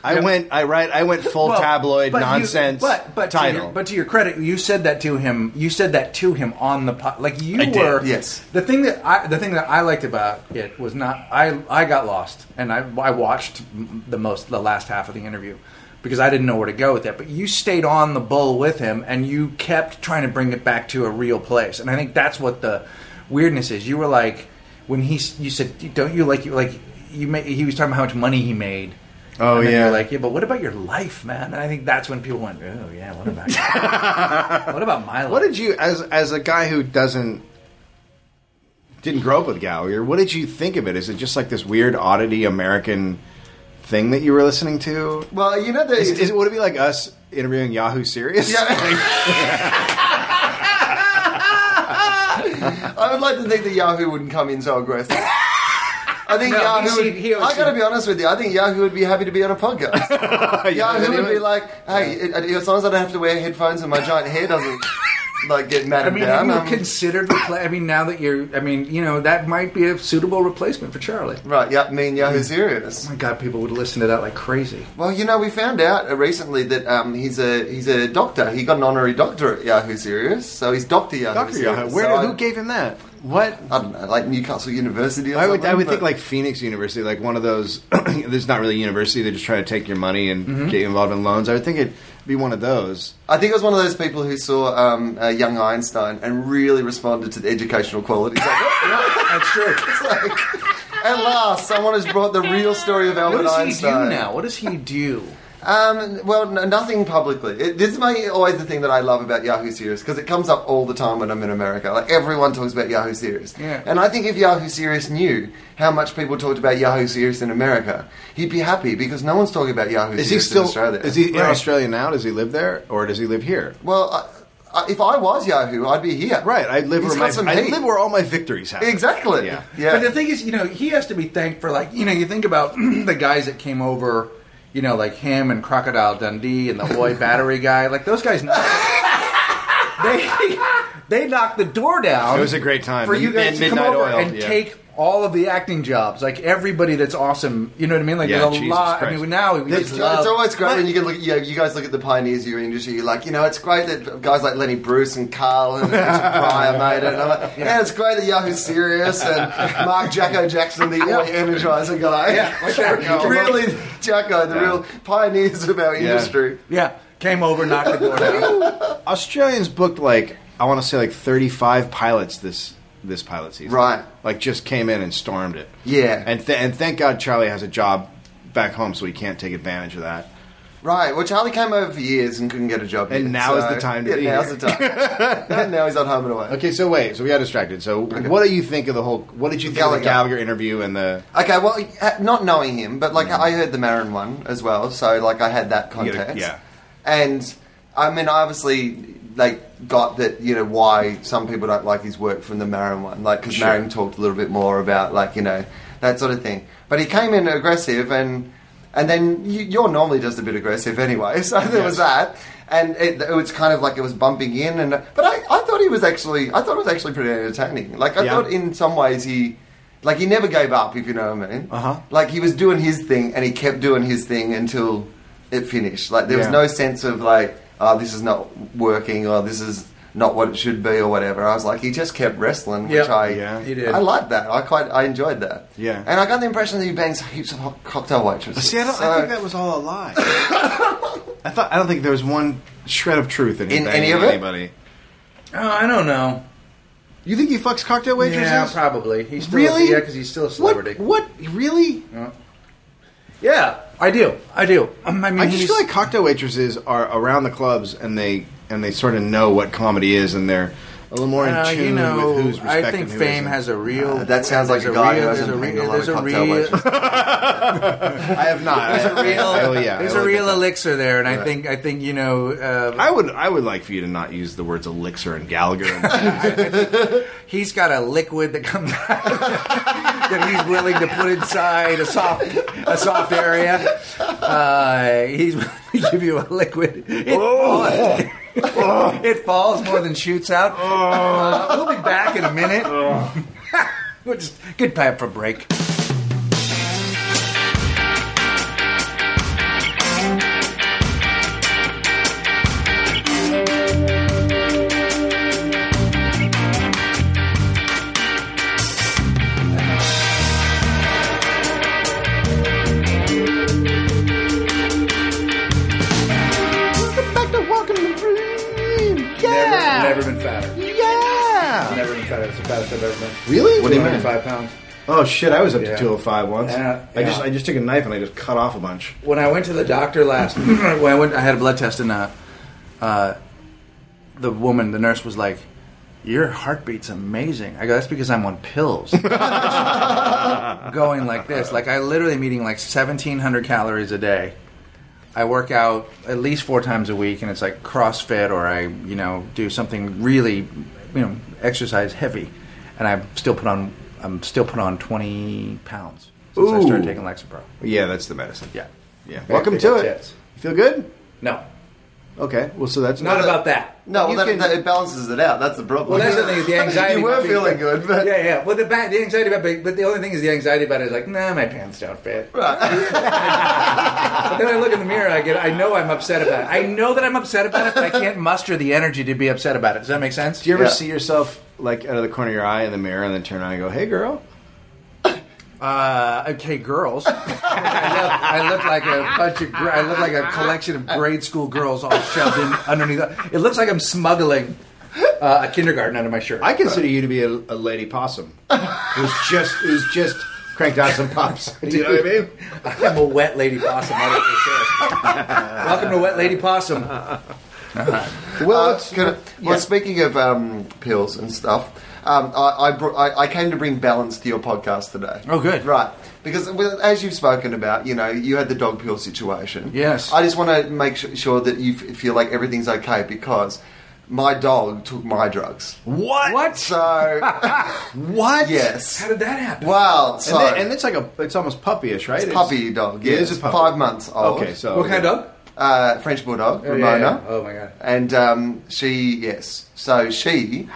[SPEAKER 1] I went, I right, I went full
[SPEAKER 2] Well,
[SPEAKER 1] tabloid
[SPEAKER 2] but you-
[SPEAKER 1] nonsense
[SPEAKER 2] but but
[SPEAKER 1] title.
[SPEAKER 2] to your, but to your credit, you said that to him. You said that to him on the po- like you
[SPEAKER 1] I did,
[SPEAKER 2] were.
[SPEAKER 3] yes.
[SPEAKER 2] The thing that I the thing that I liked about it was not I I got lost and I I watched the most the last half of the interview because I didn't know where to go with that. But you stayed on the bull with him and you kept trying to bring it back to a real place. And I think that's what the weirdness is. You were like when he s- you said don't you like you like you ma- he was talking about how much money he made.
[SPEAKER 1] Oh,
[SPEAKER 2] And then
[SPEAKER 1] yeah.
[SPEAKER 2] you're like yeah, but what about your life, man? And I think that's when people went, oh yeah, what about what about my life?
[SPEAKER 1] What did you, as as a guy who doesn't didn't grow up with Gallagher, what did you think of it? Is it just like this weird oddity American thing that you were listening to?
[SPEAKER 3] Well, you know, the,
[SPEAKER 1] Is, is would it be like us interviewing Yahoo Serious?
[SPEAKER 3] I would like to think that Yahoo wouldn't come in so aggressive. I think
[SPEAKER 2] No,
[SPEAKER 3] Yahoo.
[SPEAKER 2] he's-
[SPEAKER 3] Would,
[SPEAKER 2] he was-
[SPEAKER 3] I got to be honest with you. I think Yahoo would be happy to be on a podcast. Yahoo would be like, "Hey, it- as long as I don't have to wear headphones and my giant hair doesn't like get
[SPEAKER 2] I
[SPEAKER 3] matted
[SPEAKER 2] mean,
[SPEAKER 3] down."
[SPEAKER 2] have
[SPEAKER 3] um,
[SPEAKER 2] you considered repla- I mean, now that you're, I mean, you know, that might be a suitable replacement for Charlie. Oh
[SPEAKER 3] right? Yeah, me and Yahoo serious.
[SPEAKER 2] my God, people would listen to that like crazy.
[SPEAKER 3] Well, you know, we found out uh, recently that um, he's a he's a doctor. He got an honorary doctorate at Yahoo serious, so he's Doctor Yahoo.
[SPEAKER 1] Doctor
[SPEAKER 3] serious.
[SPEAKER 1] Yahoo. Where
[SPEAKER 3] So I-
[SPEAKER 1] who gave him that? What?
[SPEAKER 3] I don't know, like Newcastle University. Or
[SPEAKER 1] I would, I
[SPEAKER 3] something,
[SPEAKER 1] would think
[SPEAKER 3] but-
[SPEAKER 1] like Phoenix University, like one of those. there's not really a university; they just try to take your money and get you involved in loans. I would think it'd be one of those.
[SPEAKER 3] I think it was one of those people who saw um, uh, Young Einstein and really responded to the educational qualities. Like,
[SPEAKER 2] That's true.
[SPEAKER 3] it's like, at last, someone has brought the real story of Albert
[SPEAKER 2] What does he do
[SPEAKER 3] Einstein.
[SPEAKER 2] now? What does he do?
[SPEAKER 3] Um, well, n- nothing publicly. It, this is my, always the thing that I love about Yahoo Serious because it comes up all the time when I'm in America. Like everyone talks about Yahoo Serious,
[SPEAKER 2] Yeah.
[SPEAKER 3] and I think if Yahoo Serious knew how much people talked about Yahoo Serious in America, he'd be happy because no one's talking about Yahoo
[SPEAKER 1] Is he
[SPEAKER 3] Serious
[SPEAKER 1] still?
[SPEAKER 3] in Australia.
[SPEAKER 1] Is he in
[SPEAKER 2] Right.
[SPEAKER 1] Australia now? Does he live there, or does he live here?
[SPEAKER 3] Well, I, I, if I was Yahoo, I'd be here.
[SPEAKER 1] Right, I live
[SPEAKER 3] He's
[SPEAKER 1] where
[SPEAKER 3] got
[SPEAKER 1] my
[SPEAKER 3] some
[SPEAKER 1] I
[SPEAKER 3] heat.
[SPEAKER 1] live where all my victories happen.
[SPEAKER 3] Exactly.
[SPEAKER 1] Yeah.
[SPEAKER 2] But the thing is, you know, he has to be thanked for like, you know, you think about the guys that came over, you know, like him and Crocodile Dundee and the Hoy Battery guy, like those guys. they they knocked the door down.
[SPEAKER 1] It was a great time.
[SPEAKER 2] for you
[SPEAKER 1] And-
[SPEAKER 2] guys
[SPEAKER 1] and
[SPEAKER 2] to come
[SPEAKER 1] Midnight
[SPEAKER 2] over
[SPEAKER 1] Oil,
[SPEAKER 2] and
[SPEAKER 1] yeah.
[SPEAKER 2] take all of the acting jobs. Like everybody that's awesome, you know what I mean? Like
[SPEAKER 1] Yeah,
[SPEAKER 2] there's a
[SPEAKER 1] Jesus
[SPEAKER 2] lot. I
[SPEAKER 1] Christ.
[SPEAKER 2] mean, now we
[SPEAKER 3] It's,
[SPEAKER 2] just love.
[SPEAKER 3] it's always great when you can look. You, know, you guys look at the pioneers of your industry. You're like, you know, it's great that guys like Lenny Bruce and Carl and Richard Pryor made it. And I'm like, yeah, it's great that Yahoo's serious and Mark Jacko Jackson, the early energizer guy.
[SPEAKER 2] like that.
[SPEAKER 3] really, Jacko, the
[SPEAKER 1] Yeah.
[SPEAKER 3] real pioneers of our industry.
[SPEAKER 2] yeah, came over, knocked the door down.
[SPEAKER 1] Australians booked like I want to say like 35 pilots this this pilot season.
[SPEAKER 3] Right.
[SPEAKER 1] Like just came in and stormed it.
[SPEAKER 3] Yeah.
[SPEAKER 1] And th- and thank God Charlie has a job back home so he can't take advantage of that.
[SPEAKER 3] Right. Well, Charlie came over for years and couldn't get a job.
[SPEAKER 1] And
[SPEAKER 3] here,
[SPEAKER 1] now is
[SPEAKER 3] so-
[SPEAKER 1] the time to
[SPEAKER 3] yeah,
[SPEAKER 1] be
[SPEAKER 3] Now's
[SPEAKER 1] here.
[SPEAKER 3] the time. and now he's on home and away.
[SPEAKER 1] Okay, so wait, so we got distracted. So what do you think of the whole what did you think of the
[SPEAKER 3] Gallagher.
[SPEAKER 1] Gallagher interview and the
[SPEAKER 3] Okay, well, uh, not knowing him, but like I heard the Marin one as well, so like I had that
[SPEAKER 1] Mm. gotta-
[SPEAKER 3] context.
[SPEAKER 1] yeah.
[SPEAKER 3] and I mean, I obviously like got that you know why some people don't like his work from the Marin one, like because
[SPEAKER 1] Sure.
[SPEAKER 3] Marin talked a little bit more about like you know that sort of thing. But he came in aggressive, and and then you, you're normally just a bit aggressive anyway, so there was that. And it, it was kind of like it was bumping in, and but I, I thought he was actually I thought it was actually pretty entertaining. Like I
[SPEAKER 1] Yeah.
[SPEAKER 3] thought in some ways he like he never gave up, if you know what I mean.
[SPEAKER 1] Uh-huh.
[SPEAKER 3] Like he was doing his thing, and he kept doing his thing until it finished. Like there was
[SPEAKER 1] Yeah.
[SPEAKER 3] no sense of like, oh, this is not working, or this is not what it should be, or whatever. I was like, he just kept wrestling, which
[SPEAKER 2] Yeah.
[SPEAKER 3] I
[SPEAKER 1] Yeah. He
[SPEAKER 2] did.
[SPEAKER 3] I liked that. I quite I enjoyed that.
[SPEAKER 1] Yeah.
[SPEAKER 3] and I got the impression that he bangs heaps of hot cocktail waitresses.
[SPEAKER 1] See, I, don't,
[SPEAKER 3] So-
[SPEAKER 1] I think that was all a lie. I thought I don't think there was one shred of truth in, him
[SPEAKER 3] In
[SPEAKER 1] banging
[SPEAKER 3] any of it?
[SPEAKER 1] anybody.
[SPEAKER 2] Oh, I don't know.
[SPEAKER 1] You think he fucks cocktail waitresses?
[SPEAKER 2] Yeah, probably. He's still
[SPEAKER 1] Really?
[SPEAKER 2] Yeah, because he's still a celebrity.
[SPEAKER 1] What? what? Really?
[SPEAKER 2] Yeah. Yeah, I do. I do. Um, I mean,
[SPEAKER 1] I just
[SPEAKER 2] he's-
[SPEAKER 1] feel like cocktail waitresses are around the clubs and they and they sort of know what comedy is and they're a little more in
[SPEAKER 2] Uh,
[SPEAKER 1] tune
[SPEAKER 2] you know,
[SPEAKER 1] with who's respected.
[SPEAKER 2] I think
[SPEAKER 1] and who
[SPEAKER 2] fame
[SPEAKER 1] isn't.
[SPEAKER 2] has a real.
[SPEAKER 3] Uh, that sounds like
[SPEAKER 2] there's
[SPEAKER 3] a guy
[SPEAKER 2] real-
[SPEAKER 3] who
[SPEAKER 2] there's
[SPEAKER 3] hasn't
[SPEAKER 2] a
[SPEAKER 3] banged a
[SPEAKER 2] real-
[SPEAKER 3] lot
[SPEAKER 2] There's
[SPEAKER 3] of
[SPEAKER 2] a
[SPEAKER 3] cocktail
[SPEAKER 2] real.
[SPEAKER 3] waitresses.
[SPEAKER 1] I have not.
[SPEAKER 2] There's
[SPEAKER 1] I-
[SPEAKER 2] a real,
[SPEAKER 1] I- I- Oh, yeah,
[SPEAKER 2] there's
[SPEAKER 1] I
[SPEAKER 2] a
[SPEAKER 1] will
[SPEAKER 2] real
[SPEAKER 1] admit that.
[SPEAKER 2] elixir there, and I
[SPEAKER 3] Right.
[SPEAKER 2] think I think you know uh,
[SPEAKER 1] I would I would like for you to not use the words elixir and Gallagher. And,
[SPEAKER 2] he's got a liquid that comes out that he's willing to put inside a soft a soft area. Uh, he's willing to give you a liquid. It, falls, it falls more than shoots out. Uh, we'll be back in a minute. we'll just good time for a break.
[SPEAKER 1] welcome back to Welcome to Dream.
[SPEAKER 2] Never, never been fatter.
[SPEAKER 1] yeah.
[SPEAKER 2] Never been fatter. It's the fattest I've ever been.
[SPEAKER 1] Really?
[SPEAKER 3] What do you mean?
[SPEAKER 2] 205 pounds.
[SPEAKER 1] Oh shit! I was up to
[SPEAKER 2] Yeah.
[SPEAKER 1] 205 once.
[SPEAKER 2] Yeah,
[SPEAKER 1] I just
[SPEAKER 2] yeah.
[SPEAKER 1] I just took a knife and I just cut off a bunch.
[SPEAKER 2] when I went to the doctor last, when I went, I had a blood test, and uh, uh, the woman, the nurse, was like, "Your heartbeat's amazing." I go, "That's because I'm on pills." Going like this, like I literally am eating like 1,700 calories a day. I work out at least four times a week, and it's like CrossFit or I, you know, do something really, you know, exercise heavy, and I still put on, I'm still put on 20 pounds since I
[SPEAKER 1] Ooh.
[SPEAKER 2] started taking Lexapro.
[SPEAKER 1] Yeah, that's the medicine.
[SPEAKER 2] Yeah.
[SPEAKER 1] yeah. Welcome to it. You feel good?
[SPEAKER 2] No.
[SPEAKER 1] Okay. Well, so that's
[SPEAKER 2] Not about that.
[SPEAKER 3] No, well,
[SPEAKER 1] You
[SPEAKER 3] that,
[SPEAKER 1] can-
[SPEAKER 3] that, it balances it out. That's the
[SPEAKER 2] Well,
[SPEAKER 3] problem.
[SPEAKER 2] that's the thing. is The anxiety.
[SPEAKER 3] you were
[SPEAKER 2] about being-
[SPEAKER 3] feeling good, but
[SPEAKER 2] Yeah, yeah. Well, the ba- the anxiety about, being- but the only thing is the anxiety about it is like, nah, my pants don't fit. but then I look in the mirror, I get, I know I'm upset about it. I know that I'm upset about it, but I can't muster the energy to be upset about it. Does that make sense?
[SPEAKER 1] Do you ever
[SPEAKER 3] Yeah.
[SPEAKER 1] see yourself like out of the corner of your eye in the mirror and then turn around and go, "Hey, girl"?
[SPEAKER 2] Uh, okay, girls. I, look, I look like a bunch of. Gr- I look like a collection of grade school girls all shoved in underneath. It looks like I'm smuggling uh, a kindergarten under my shirt.
[SPEAKER 1] I consider you to be a, a lady possum who's just who's just cranked out some pops. Do you know what I mean?
[SPEAKER 2] I'm a wet lady possum. That is for sure. Welcome to Wet Lady Possum.
[SPEAKER 3] Uh,
[SPEAKER 1] Well, it's
[SPEAKER 3] can I- well, speaking of um, pills and stuff, um, I, I, br- I, I came to bring balance to your podcast today.
[SPEAKER 2] Oh, good.
[SPEAKER 3] Right. Because well, as you've spoken about, you know, you had the dog pill situation.
[SPEAKER 2] Yes.
[SPEAKER 3] I just want to make su- sure that you f- feel like everything's okay because my dog took my drugs.
[SPEAKER 1] what?
[SPEAKER 2] What?
[SPEAKER 3] So,
[SPEAKER 1] What?
[SPEAKER 3] yes.
[SPEAKER 2] How did that happen?
[SPEAKER 3] Wow. So,
[SPEAKER 1] And, they- and it's like a it's almost puppyish, right?
[SPEAKER 3] it's puppy dog.
[SPEAKER 1] It
[SPEAKER 3] Yes.
[SPEAKER 1] is a puppy.
[SPEAKER 3] Five months old.
[SPEAKER 1] Okay, so
[SPEAKER 2] what kind of dog?
[SPEAKER 3] Uh, French bulldog,
[SPEAKER 2] Oh, yeah,
[SPEAKER 3] Ramona.
[SPEAKER 2] yeah. Oh my god.
[SPEAKER 3] And um, she, yes. So she.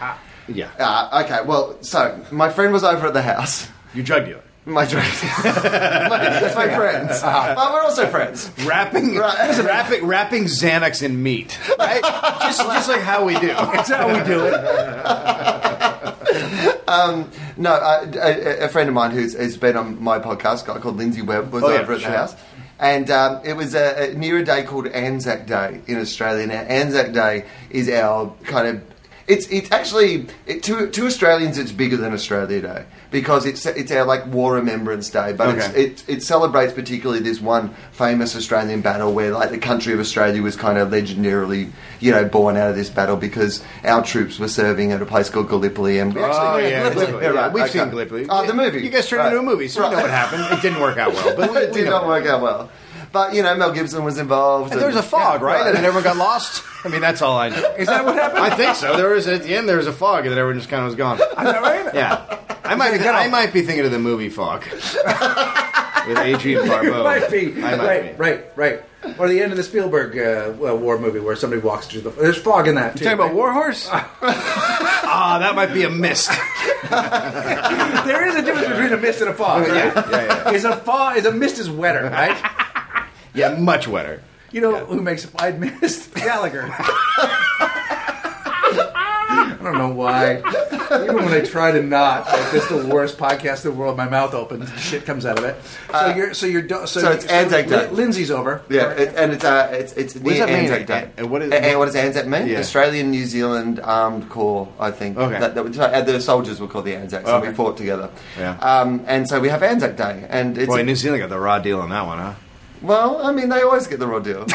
[SPEAKER 1] yeah, Ah.
[SPEAKER 3] Uh, okay, well, so my friend was over at the house.
[SPEAKER 1] you drug dealer
[SPEAKER 3] My drink. my, that's my friends. But we're also friends.
[SPEAKER 1] wrapping
[SPEAKER 3] Right.
[SPEAKER 1] listen, wrapping wrapping Xanax in meat, right? just just like how we do.
[SPEAKER 2] That's how we do it.
[SPEAKER 3] No, uh, a, a friend of mine who's, who's been on my podcast, a guy called Lindsay Webb, was
[SPEAKER 1] Oh, yeah,
[SPEAKER 3] over at
[SPEAKER 1] sure.
[SPEAKER 3] the house. And um, it was uh uh near a day called Anzac Day in Australia. Now, Anzac Day is our kind of. It's, it's actually it, to, to Australians it's bigger than Australia Day because it's it's our like war remembrance day, but it's,
[SPEAKER 1] Okay.
[SPEAKER 3] it it celebrates particularly this one famous Australian battle where like the country of Australia was kind of legendarily you know born out of this battle because our troops were serving at a place called Gallipoli and we
[SPEAKER 1] Oh,
[SPEAKER 3] actually
[SPEAKER 1] yeah,
[SPEAKER 2] Gallipoli.
[SPEAKER 1] Gallipoli.
[SPEAKER 3] Yeah,
[SPEAKER 1] Yeah,
[SPEAKER 3] right,
[SPEAKER 1] We've
[SPEAKER 3] okay.
[SPEAKER 1] seen Gallipoli.
[SPEAKER 3] Oh, the movie.
[SPEAKER 1] You guys turned
[SPEAKER 3] Right.
[SPEAKER 1] into a movie, so you know what happened. It didn't work out well, but we,
[SPEAKER 3] it
[SPEAKER 1] we
[SPEAKER 3] did
[SPEAKER 1] know.
[SPEAKER 3] not work out well. But you know, Mel Gibson was involved.
[SPEAKER 1] And there was a fog,
[SPEAKER 3] Yeah,
[SPEAKER 1] right? And then everyone got lost. I mean, that's all I know.
[SPEAKER 2] Is that what happened?
[SPEAKER 1] I think so. There was at the end there was a fog, and then everyone just kind of was gone.
[SPEAKER 2] Is that right?
[SPEAKER 1] Yeah, I might be, I might be thinking of the movie Fog with Adrian Barbeau.
[SPEAKER 2] Might be.
[SPEAKER 1] I might
[SPEAKER 2] right,
[SPEAKER 1] be.
[SPEAKER 2] right, right. Or the end of the Spielberg uh, well, war movie where somebody walks through the. There's fog in that too.
[SPEAKER 1] Talking about Warhorse? Ah, that might be a mist.
[SPEAKER 2] There is a difference between a mist and a fog. Right?
[SPEAKER 1] yeah, yeah,
[SPEAKER 2] Is a fog? Is a mist is wetter, right?
[SPEAKER 1] yeah, much wetter.
[SPEAKER 2] You know who makes a fine mist? Gallagher. I don't know why. Even when I try to not, like, this is the worst podcast in the world. My mouth opens, shit comes out of it. So you're, so you're, do- so,
[SPEAKER 3] so it's Anzac Day.
[SPEAKER 2] Lin- Lindsay's over.
[SPEAKER 3] Yeah, it, and it's uh, it's it's
[SPEAKER 1] does
[SPEAKER 3] near
[SPEAKER 1] that mean?
[SPEAKER 3] Anzac Day.
[SPEAKER 1] And what is-
[SPEAKER 3] and what does Anzac mean?
[SPEAKER 1] Yeah.
[SPEAKER 3] Australian New Zealand Armed Corps, I think.
[SPEAKER 1] Okay.
[SPEAKER 3] That, that, was- uh, the soldiers were called the Anzacs, and we
[SPEAKER 1] Okay.
[SPEAKER 3] fought together.
[SPEAKER 1] Yeah.
[SPEAKER 3] Um, and so we have Anzac Day, and it's
[SPEAKER 1] Boy, New Zealand got the raw deal on that one, huh?
[SPEAKER 3] well, I mean, they always get the raw deal.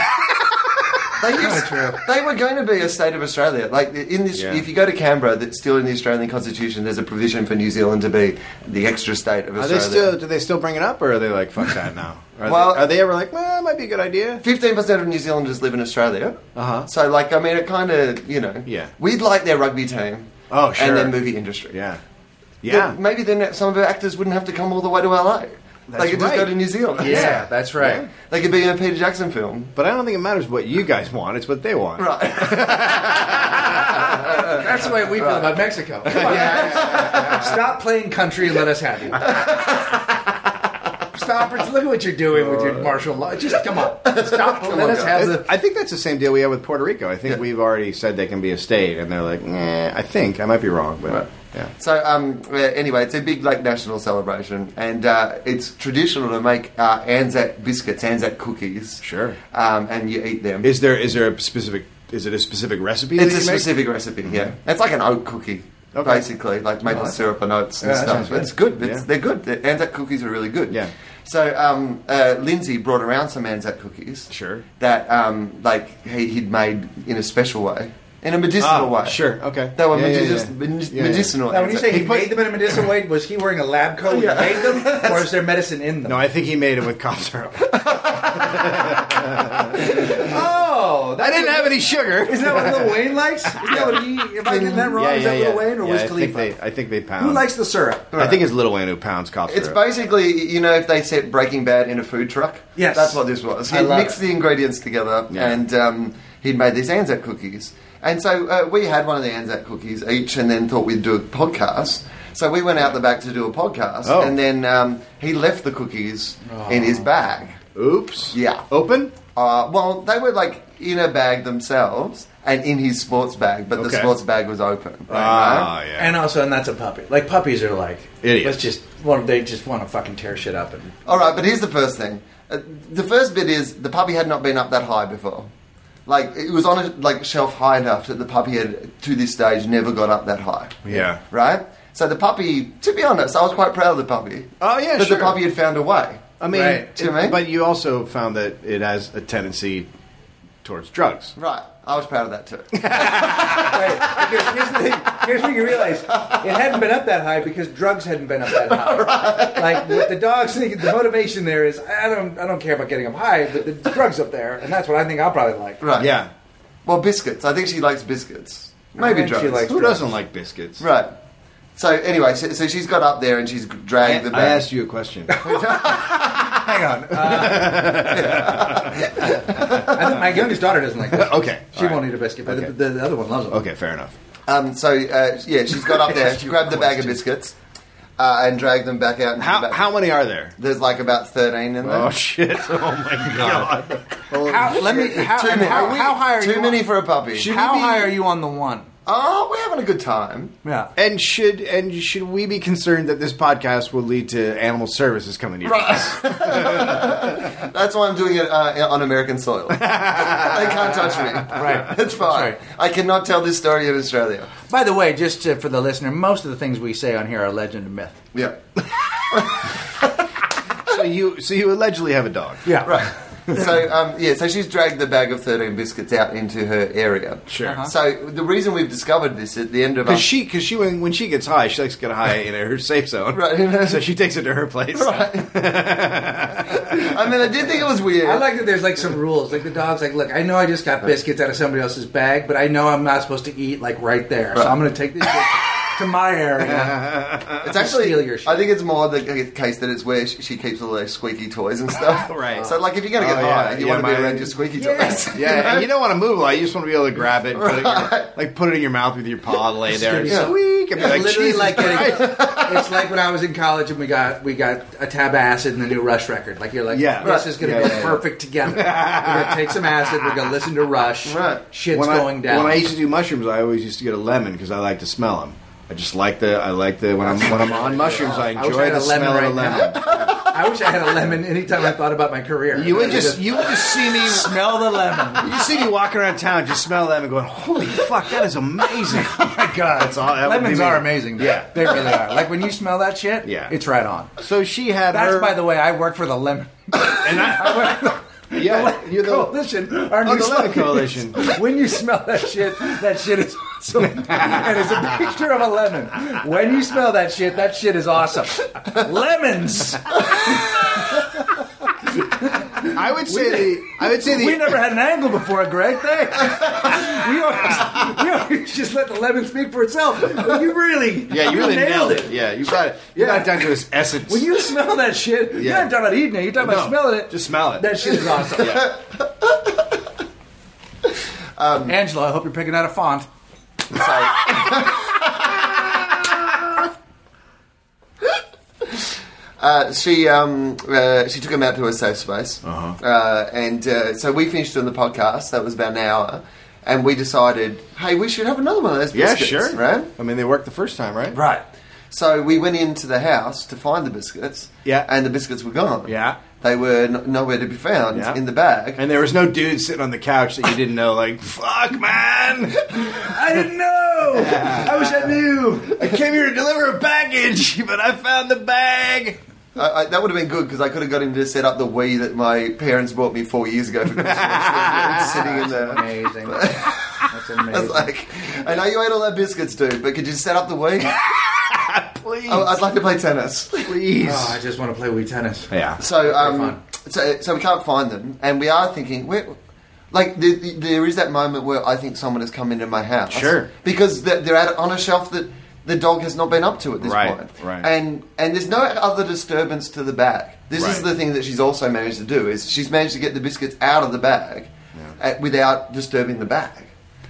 [SPEAKER 3] They, used,
[SPEAKER 2] true.
[SPEAKER 3] they were going to be a state of Australia. Like in this,
[SPEAKER 1] Yeah.
[SPEAKER 3] if you go to Canberra, that's still in the Australian Constitution. There's a provision for New Zealand to be the extra state of
[SPEAKER 1] Are they
[SPEAKER 3] Australia.
[SPEAKER 1] still? Do they still bring it up, or are they like fuck that now? Are
[SPEAKER 3] Well-
[SPEAKER 1] they, are they ever like, well, it might be a good idea?
[SPEAKER 3] Fifteen percent of New Zealanders live in Australia.
[SPEAKER 1] Uh-huh.
[SPEAKER 3] So, like, I mean, it kind of, you know,
[SPEAKER 1] Yeah.
[SPEAKER 3] we'd like their rugby team.
[SPEAKER 1] Oh, sure.
[SPEAKER 3] And their movie industry.
[SPEAKER 1] Yeah,
[SPEAKER 3] But
[SPEAKER 1] yeah.
[SPEAKER 3] maybe then some of our actors wouldn't have to come all the way to LA. they
[SPEAKER 1] That's
[SPEAKER 3] could just go
[SPEAKER 1] right.
[SPEAKER 3] to New Zealand.
[SPEAKER 2] Yeah, that's right.
[SPEAKER 1] Yeah.
[SPEAKER 3] they could be in a Peter Jackson film.
[SPEAKER 1] But I don't think it matters what you guys want; it's what they want.
[SPEAKER 3] Right.
[SPEAKER 2] That's the way we feel about Mexico. Come on, guys. Stop playing country and let us have you. Stop! it. Look at what you're doing with your martial law. Just come on. Stop! let
[SPEAKER 3] on,
[SPEAKER 2] us have
[SPEAKER 1] It-
[SPEAKER 2] the.
[SPEAKER 1] I think that's the same deal we have with Puerto Rico. I think we've already said they can be a state, and they're like, nah, I think I might be wrong, but
[SPEAKER 3] Right.
[SPEAKER 1] yeah.
[SPEAKER 3] So, um, uh, anyway, it's a big like national celebration, and uh, it's traditional to make uh, Anzac biscuits, Anzac cookies.
[SPEAKER 1] Sure.
[SPEAKER 3] Um, and you eat them.
[SPEAKER 1] Is there is there a specific? Is it a specific recipe? that
[SPEAKER 3] It's a
[SPEAKER 1] you make? Mm-hmm.
[SPEAKER 3] specific recipe, yeah. It's like an oat cookie,
[SPEAKER 1] Okay.
[SPEAKER 3] basically, like maple syrup and oats and
[SPEAKER 2] Yeah, that
[SPEAKER 3] stuff.
[SPEAKER 2] sounds good.
[SPEAKER 3] It's good. It's,
[SPEAKER 1] Yeah.
[SPEAKER 3] They're good. The Anzac cookies are really good.
[SPEAKER 1] Yeah.
[SPEAKER 3] So um, uh, Lindsay brought around some Anzac cookies.
[SPEAKER 1] Sure.
[SPEAKER 3] That um, like he, he'd made in a special way, in a medicinal
[SPEAKER 1] Ah,
[SPEAKER 3] way.
[SPEAKER 1] sure, okay.
[SPEAKER 3] They were
[SPEAKER 1] Yeah, yeah,
[SPEAKER 3] medici-
[SPEAKER 1] yeah.
[SPEAKER 3] medi-
[SPEAKER 1] Yeah, yeah.
[SPEAKER 3] medicinal.
[SPEAKER 2] Now, when you
[SPEAKER 3] Anzac
[SPEAKER 2] say he
[SPEAKER 3] cookies.
[SPEAKER 2] made them in a medicinal way, was he wearing a lab coat when
[SPEAKER 3] Yeah.
[SPEAKER 2] he made them, or is there medicine in them?
[SPEAKER 1] No, I think he made it with cough syrup.
[SPEAKER 2] oh,
[SPEAKER 1] I
[SPEAKER 2] that
[SPEAKER 1] didn't have any sugar.
[SPEAKER 2] Isn't that what Lil Wayne likes? Isn't that what he? Am I getting that wrong? is that Lil Wayne or
[SPEAKER 1] Yeah,
[SPEAKER 2] Wiz
[SPEAKER 1] I think
[SPEAKER 2] Khalifa?
[SPEAKER 1] they- I think they pound.
[SPEAKER 2] Who likes the syrup?
[SPEAKER 1] I think it's Little Wayne who pounds cough syrup.
[SPEAKER 3] It's basically, you know, if they set Breaking Bad in a food truck.
[SPEAKER 2] Yes.
[SPEAKER 3] That's what this was. He
[SPEAKER 2] I love
[SPEAKER 3] mixed
[SPEAKER 2] it.
[SPEAKER 3] the ingredients together
[SPEAKER 1] Yeah.
[SPEAKER 3] and um, he'd made these Anzac cookies. And so uh, we had one of the Anzac cookies each and then thought we'd do a podcast. So we went out the back to do a podcast
[SPEAKER 1] Oh.
[SPEAKER 3] and then um, he left the cookies in his bag.
[SPEAKER 1] Oops.
[SPEAKER 3] Yeah.
[SPEAKER 1] Open.
[SPEAKER 3] Uh, well, they were like in a bag themselves and in his sports bag, but the
[SPEAKER 1] Okay.
[SPEAKER 3] sports bag was open.
[SPEAKER 1] Ah,
[SPEAKER 3] Right?
[SPEAKER 1] yeah.
[SPEAKER 2] And also, and that's a puppy. Like puppies are like
[SPEAKER 1] Idiots.
[SPEAKER 2] Let's just well, they just want to fucking tear shit up and
[SPEAKER 3] All right, but here's the first thing. Uh, the first bit is the puppy had not been up that high before. Like it was on a like shelf high enough that the puppy had to this stage never got up that high.
[SPEAKER 1] Yeah.
[SPEAKER 3] Right. So the puppy, to be honest, I was quite proud of the puppy.
[SPEAKER 1] Oh, yeah,
[SPEAKER 3] That
[SPEAKER 1] sure.
[SPEAKER 3] the puppy had found a way.
[SPEAKER 1] I mean,
[SPEAKER 2] Right.
[SPEAKER 1] it-
[SPEAKER 3] Do you mean?
[SPEAKER 1] but you also found that it has a tendency towards drugs.
[SPEAKER 3] Right. I was proud of that too.
[SPEAKER 2] Right. Because here's the thing. Here's what you realize: it hadn't been up that high because drugs hadn't been up that high. Like what the dogs, think, the motivation there is I don't, I don't care about getting up high, but the drugs up there, and that's what I think I'll probably like.
[SPEAKER 3] Right.
[SPEAKER 1] Yeah.
[SPEAKER 3] Well, biscuits. I think she likes biscuits. Maybe
[SPEAKER 2] And she
[SPEAKER 3] drugs.
[SPEAKER 2] likes-
[SPEAKER 1] Who
[SPEAKER 2] Drugs.
[SPEAKER 1] doesn't like biscuits?
[SPEAKER 3] right. So anyway, so, so she's got up there and she's dragged the
[SPEAKER 1] I
[SPEAKER 3] bag.
[SPEAKER 1] asked you a question.
[SPEAKER 2] Hang on. Uh, I think my youngest daughter doesn't like. This.
[SPEAKER 1] okay.
[SPEAKER 2] She
[SPEAKER 1] all right.
[SPEAKER 2] won't eat a biscuit, but
[SPEAKER 1] Okay.
[SPEAKER 2] the, the other one loves them.
[SPEAKER 1] Okay, fair enough.
[SPEAKER 3] Um, so uh, yeah, she's got up there, she grabbed the bag of biscuits, uh, and dragged them back out. into the
[SPEAKER 1] How
[SPEAKER 3] back.
[SPEAKER 1] how many are there?
[SPEAKER 3] There's like about thirteen in there.
[SPEAKER 1] Oh shit! Oh my god!
[SPEAKER 2] How, let me. How,
[SPEAKER 3] Too
[SPEAKER 2] and
[SPEAKER 3] many.
[SPEAKER 2] how, how high are
[SPEAKER 3] Too
[SPEAKER 2] you?
[SPEAKER 3] many
[SPEAKER 2] On,
[SPEAKER 3] for a puppy.
[SPEAKER 2] how high are you on the one?
[SPEAKER 3] Oh, we're having a good time.
[SPEAKER 2] Yeah.
[SPEAKER 1] And should and should we be concerned that this podcast will lead to animal services coming to you?
[SPEAKER 3] That's why I'm doing it uh, on American soil. they can't touch me.
[SPEAKER 2] Right.
[SPEAKER 3] It's fine.
[SPEAKER 2] Sorry.
[SPEAKER 3] I cannot tell this story in Australia.
[SPEAKER 2] By the way, just to, for the listener, most of the things we say on here are legend and myth.
[SPEAKER 3] Yeah.
[SPEAKER 1] So you so you allegedly have a dog.
[SPEAKER 2] Yeah.
[SPEAKER 3] Right. so um, yeah, so she's dragged the bag of thirteen biscuits out into her area.
[SPEAKER 1] Sure. Uh-huh.
[SPEAKER 3] So the reason we've discovered this at the end of our
[SPEAKER 1] Because she, because she, when, when she gets high, she likes to get high in her safe zone.
[SPEAKER 3] Right.
[SPEAKER 1] So she takes it to her place.
[SPEAKER 3] I mean, I did think it was weird.
[SPEAKER 2] I like that there's like some rules. Like the dog's like, look, I know I just got biscuits out of somebody else's bag, but I know I'm not supposed to eat like right there. So I'm going to take this shit to my area.
[SPEAKER 3] It's actually,
[SPEAKER 2] steal your shit.
[SPEAKER 3] I think it's more the c- case that it's where she, she keeps all those squeaky toys and stuff.
[SPEAKER 1] Right.
[SPEAKER 3] So, like, if you're going to get
[SPEAKER 1] Oh, yeah.
[SPEAKER 3] high, you
[SPEAKER 1] Yeah,
[SPEAKER 3] want to be
[SPEAKER 1] my-
[SPEAKER 3] around your squeaky
[SPEAKER 2] Yeah.
[SPEAKER 3] toys.
[SPEAKER 1] Yeah, and you don't want to move a lot. You just want to be able to grab it, and put it in your,
[SPEAKER 3] Right.
[SPEAKER 1] like put it in your mouth with your paw, and lay there, and
[SPEAKER 2] Yeah.
[SPEAKER 1] squeak, and be
[SPEAKER 2] It's
[SPEAKER 1] like,
[SPEAKER 2] literally
[SPEAKER 1] Jesus
[SPEAKER 2] like getting,
[SPEAKER 1] Christ.
[SPEAKER 2] it's like when I was in college and we got we got a tab of acid and the new Rush record. Like you're like,
[SPEAKER 1] Yeah.
[SPEAKER 2] this is going to
[SPEAKER 1] Yeah,
[SPEAKER 2] go
[SPEAKER 1] yeah, yeah.
[SPEAKER 2] perfect together. We're going to take some acid. We're going to listen to Rush.
[SPEAKER 3] Right.
[SPEAKER 2] Shit's
[SPEAKER 1] when I,
[SPEAKER 2] going down.
[SPEAKER 1] When I used to do mushrooms, I always used to get a lemon because I like to smell them. I just like the I like the when I'm when I'm on mushrooms I
[SPEAKER 2] wish I
[SPEAKER 1] enjoy
[SPEAKER 2] had
[SPEAKER 1] the
[SPEAKER 2] a lemon
[SPEAKER 1] smell of a
[SPEAKER 2] right now.
[SPEAKER 1] lemon.
[SPEAKER 2] I wish I had a lemon anytime I thought about my career.
[SPEAKER 1] You would just you would just see me
[SPEAKER 2] smell the lemon.
[SPEAKER 1] you just see me walking around town just smell lemon going holy fuck that is amazing.
[SPEAKER 2] My "Oh, God,
[SPEAKER 1] That's all- that would
[SPEAKER 2] lemons
[SPEAKER 1] be me.
[SPEAKER 2] are amazing. Though.
[SPEAKER 1] Yeah.
[SPEAKER 2] they really are. Like when you smell that shit,
[SPEAKER 1] Yeah.
[SPEAKER 2] it's right on.
[SPEAKER 1] So she had
[SPEAKER 2] That's
[SPEAKER 1] her
[SPEAKER 2] by the way, I work for the lemon
[SPEAKER 1] and I, yeah you're the oh,
[SPEAKER 2] coalition. Our new
[SPEAKER 1] the lemon
[SPEAKER 2] slogan.
[SPEAKER 1] coalition.
[SPEAKER 2] When you smell that shit, that shit is awesome. And it's a picture of a lemon. When you smell that shit, that shit is awesome. Lemons.
[SPEAKER 1] I would say the I would say the
[SPEAKER 2] We never had an angle before, Greg. Thanks. We always, we always just let the lemon speak for itself. But you really,
[SPEAKER 1] yeah you really nailed it. Yeah you got it. You
[SPEAKER 2] Yeah.
[SPEAKER 1] got down to its essence.
[SPEAKER 2] When you smell that shit, you're
[SPEAKER 1] Yeah.
[SPEAKER 2] not talking about eating it. You're talking about
[SPEAKER 1] No,
[SPEAKER 2] smelling it.
[SPEAKER 1] just smell it.
[SPEAKER 2] That shit is awesome.
[SPEAKER 1] yeah.
[SPEAKER 2] Angela, I hope you're picking out a font.
[SPEAKER 3] So, uh, she um, uh, she took him out to a safe space, uh-huh. and uh, so we finished doing the podcast. That was about an hour, and we decided, hey, we should have another one of those.
[SPEAKER 1] Yeah,
[SPEAKER 3] Biscuits,
[SPEAKER 1] sure.
[SPEAKER 3] right?
[SPEAKER 1] I mean, they worked the first time, right?
[SPEAKER 2] Right.
[SPEAKER 3] So we went into the house to find the biscuits.
[SPEAKER 1] Yeah.
[SPEAKER 3] and the biscuits were gone.
[SPEAKER 1] Yeah.
[SPEAKER 3] they were n- nowhere to be found
[SPEAKER 1] Yeah.
[SPEAKER 3] in the bag.
[SPEAKER 1] And there was no dude sitting on the couch that you didn't know, like, fuck, man!
[SPEAKER 2] I didn't know. I wish I knew.
[SPEAKER 1] I came here to deliver a package, but I found the bag!
[SPEAKER 3] I, I, that would have been good because I could have got him to set up the Wii that my parents bought me four years ago for Christmas. It's sitting in there.
[SPEAKER 2] Amazing. That's
[SPEAKER 3] I
[SPEAKER 2] amazing.
[SPEAKER 3] was like, I know you ate all that biscuits, dude, but could you set up the Wii?
[SPEAKER 1] Please.
[SPEAKER 3] Oh, I'd like to play tennis.
[SPEAKER 1] please.
[SPEAKER 2] Oh, I just want to play Wii tennis.
[SPEAKER 1] yeah.
[SPEAKER 3] So,
[SPEAKER 2] fun.
[SPEAKER 3] um, so, so we can't find them, and we are thinking, where, like, the, the, there is that moment where I think someone has come into my house,
[SPEAKER 1] Sure.
[SPEAKER 3] because they're, they're at, on a shelf that the dog has not been up to at this
[SPEAKER 1] Right,
[SPEAKER 3] point,
[SPEAKER 1] right.
[SPEAKER 3] And and there's no other disturbance to the bag. This is
[SPEAKER 1] Right.
[SPEAKER 3] the thing that she's also managed to do is she's managed to get the biscuits out of the bag uh, without disturbing the bag.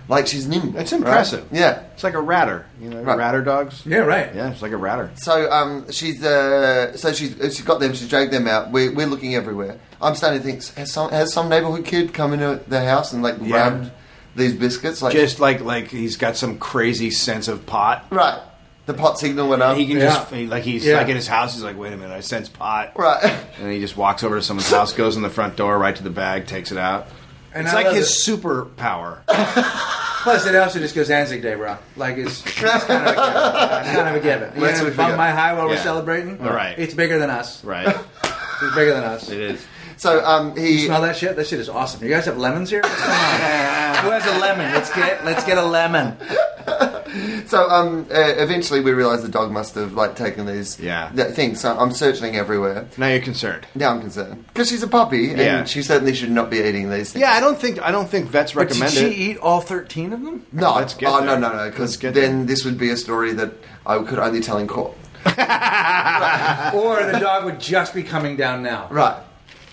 [SPEAKER 3] Like she's nimble.
[SPEAKER 1] That's
[SPEAKER 3] right?
[SPEAKER 1] impressive.
[SPEAKER 3] Yeah.
[SPEAKER 1] It's like a ratter. You know,
[SPEAKER 3] Right.
[SPEAKER 1] ratter dogs?
[SPEAKER 2] Yeah, right.
[SPEAKER 1] Yeah, it's like a ratter.
[SPEAKER 3] So um, she's uh, so she's she's got them. She's dragged them out. We're, we're looking everywhere. I'm starting to think has some has some neighborhood kid come into the house and like
[SPEAKER 1] Yeah.
[SPEAKER 3] grabbed these biscuits like
[SPEAKER 1] Just like like he's got some crazy sense of pot.
[SPEAKER 3] right. The pot signal went up.
[SPEAKER 1] He can
[SPEAKER 2] Yeah.
[SPEAKER 1] just like he's
[SPEAKER 2] Yeah.
[SPEAKER 1] like in his house. He's like, wait a minute, I sense pot.
[SPEAKER 3] Right.
[SPEAKER 1] And he just walks over to someone's house, goes in the front door, right to the bag, takes it out.
[SPEAKER 2] And
[SPEAKER 1] it's
[SPEAKER 2] I
[SPEAKER 1] like
[SPEAKER 2] love
[SPEAKER 1] his
[SPEAKER 2] it.
[SPEAKER 1] superpower.
[SPEAKER 2] Plus, it also just goes Anzac Day, bro. Like it's, it's kind of a given. It's kind of a given. You
[SPEAKER 3] Let's
[SPEAKER 2] know,
[SPEAKER 3] we
[SPEAKER 2] bump
[SPEAKER 3] forget.
[SPEAKER 2] my high while we're
[SPEAKER 1] Yeah.
[SPEAKER 2] celebrating.
[SPEAKER 1] Right.
[SPEAKER 2] It's bigger than us.
[SPEAKER 1] right.
[SPEAKER 2] It's bigger than us.
[SPEAKER 1] It is.
[SPEAKER 3] So um, he
[SPEAKER 2] Smell that shit? That shit is awesome. You guys have lemons here? Come on. Who has a lemon? Let's get let's get a lemon.
[SPEAKER 3] so um, uh, eventually we realised the dog must have like taken these
[SPEAKER 1] Yeah.
[SPEAKER 3] th- things. So I'm searching everywhere.
[SPEAKER 1] Now you're concerned.
[SPEAKER 3] Now I'm concerned because she's a puppy and
[SPEAKER 1] Yeah.
[SPEAKER 3] she certainly should not be eating these things.
[SPEAKER 1] Yeah, I don't think I don't think vets
[SPEAKER 2] But did
[SPEAKER 1] recommend
[SPEAKER 2] she
[SPEAKER 1] it.
[SPEAKER 2] eat all thirteen of them?
[SPEAKER 3] No,
[SPEAKER 1] Let's get
[SPEAKER 3] oh,
[SPEAKER 1] there.
[SPEAKER 3] no, no, no, because
[SPEAKER 1] Let's
[SPEAKER 3] then
[SPEAKER 1] get there.
[SPEAKER 3] this would be a story that I could only tell in court.
[SPEAKER 2] Or the dog would just be coming down now.
[SPEAKER 3] Right.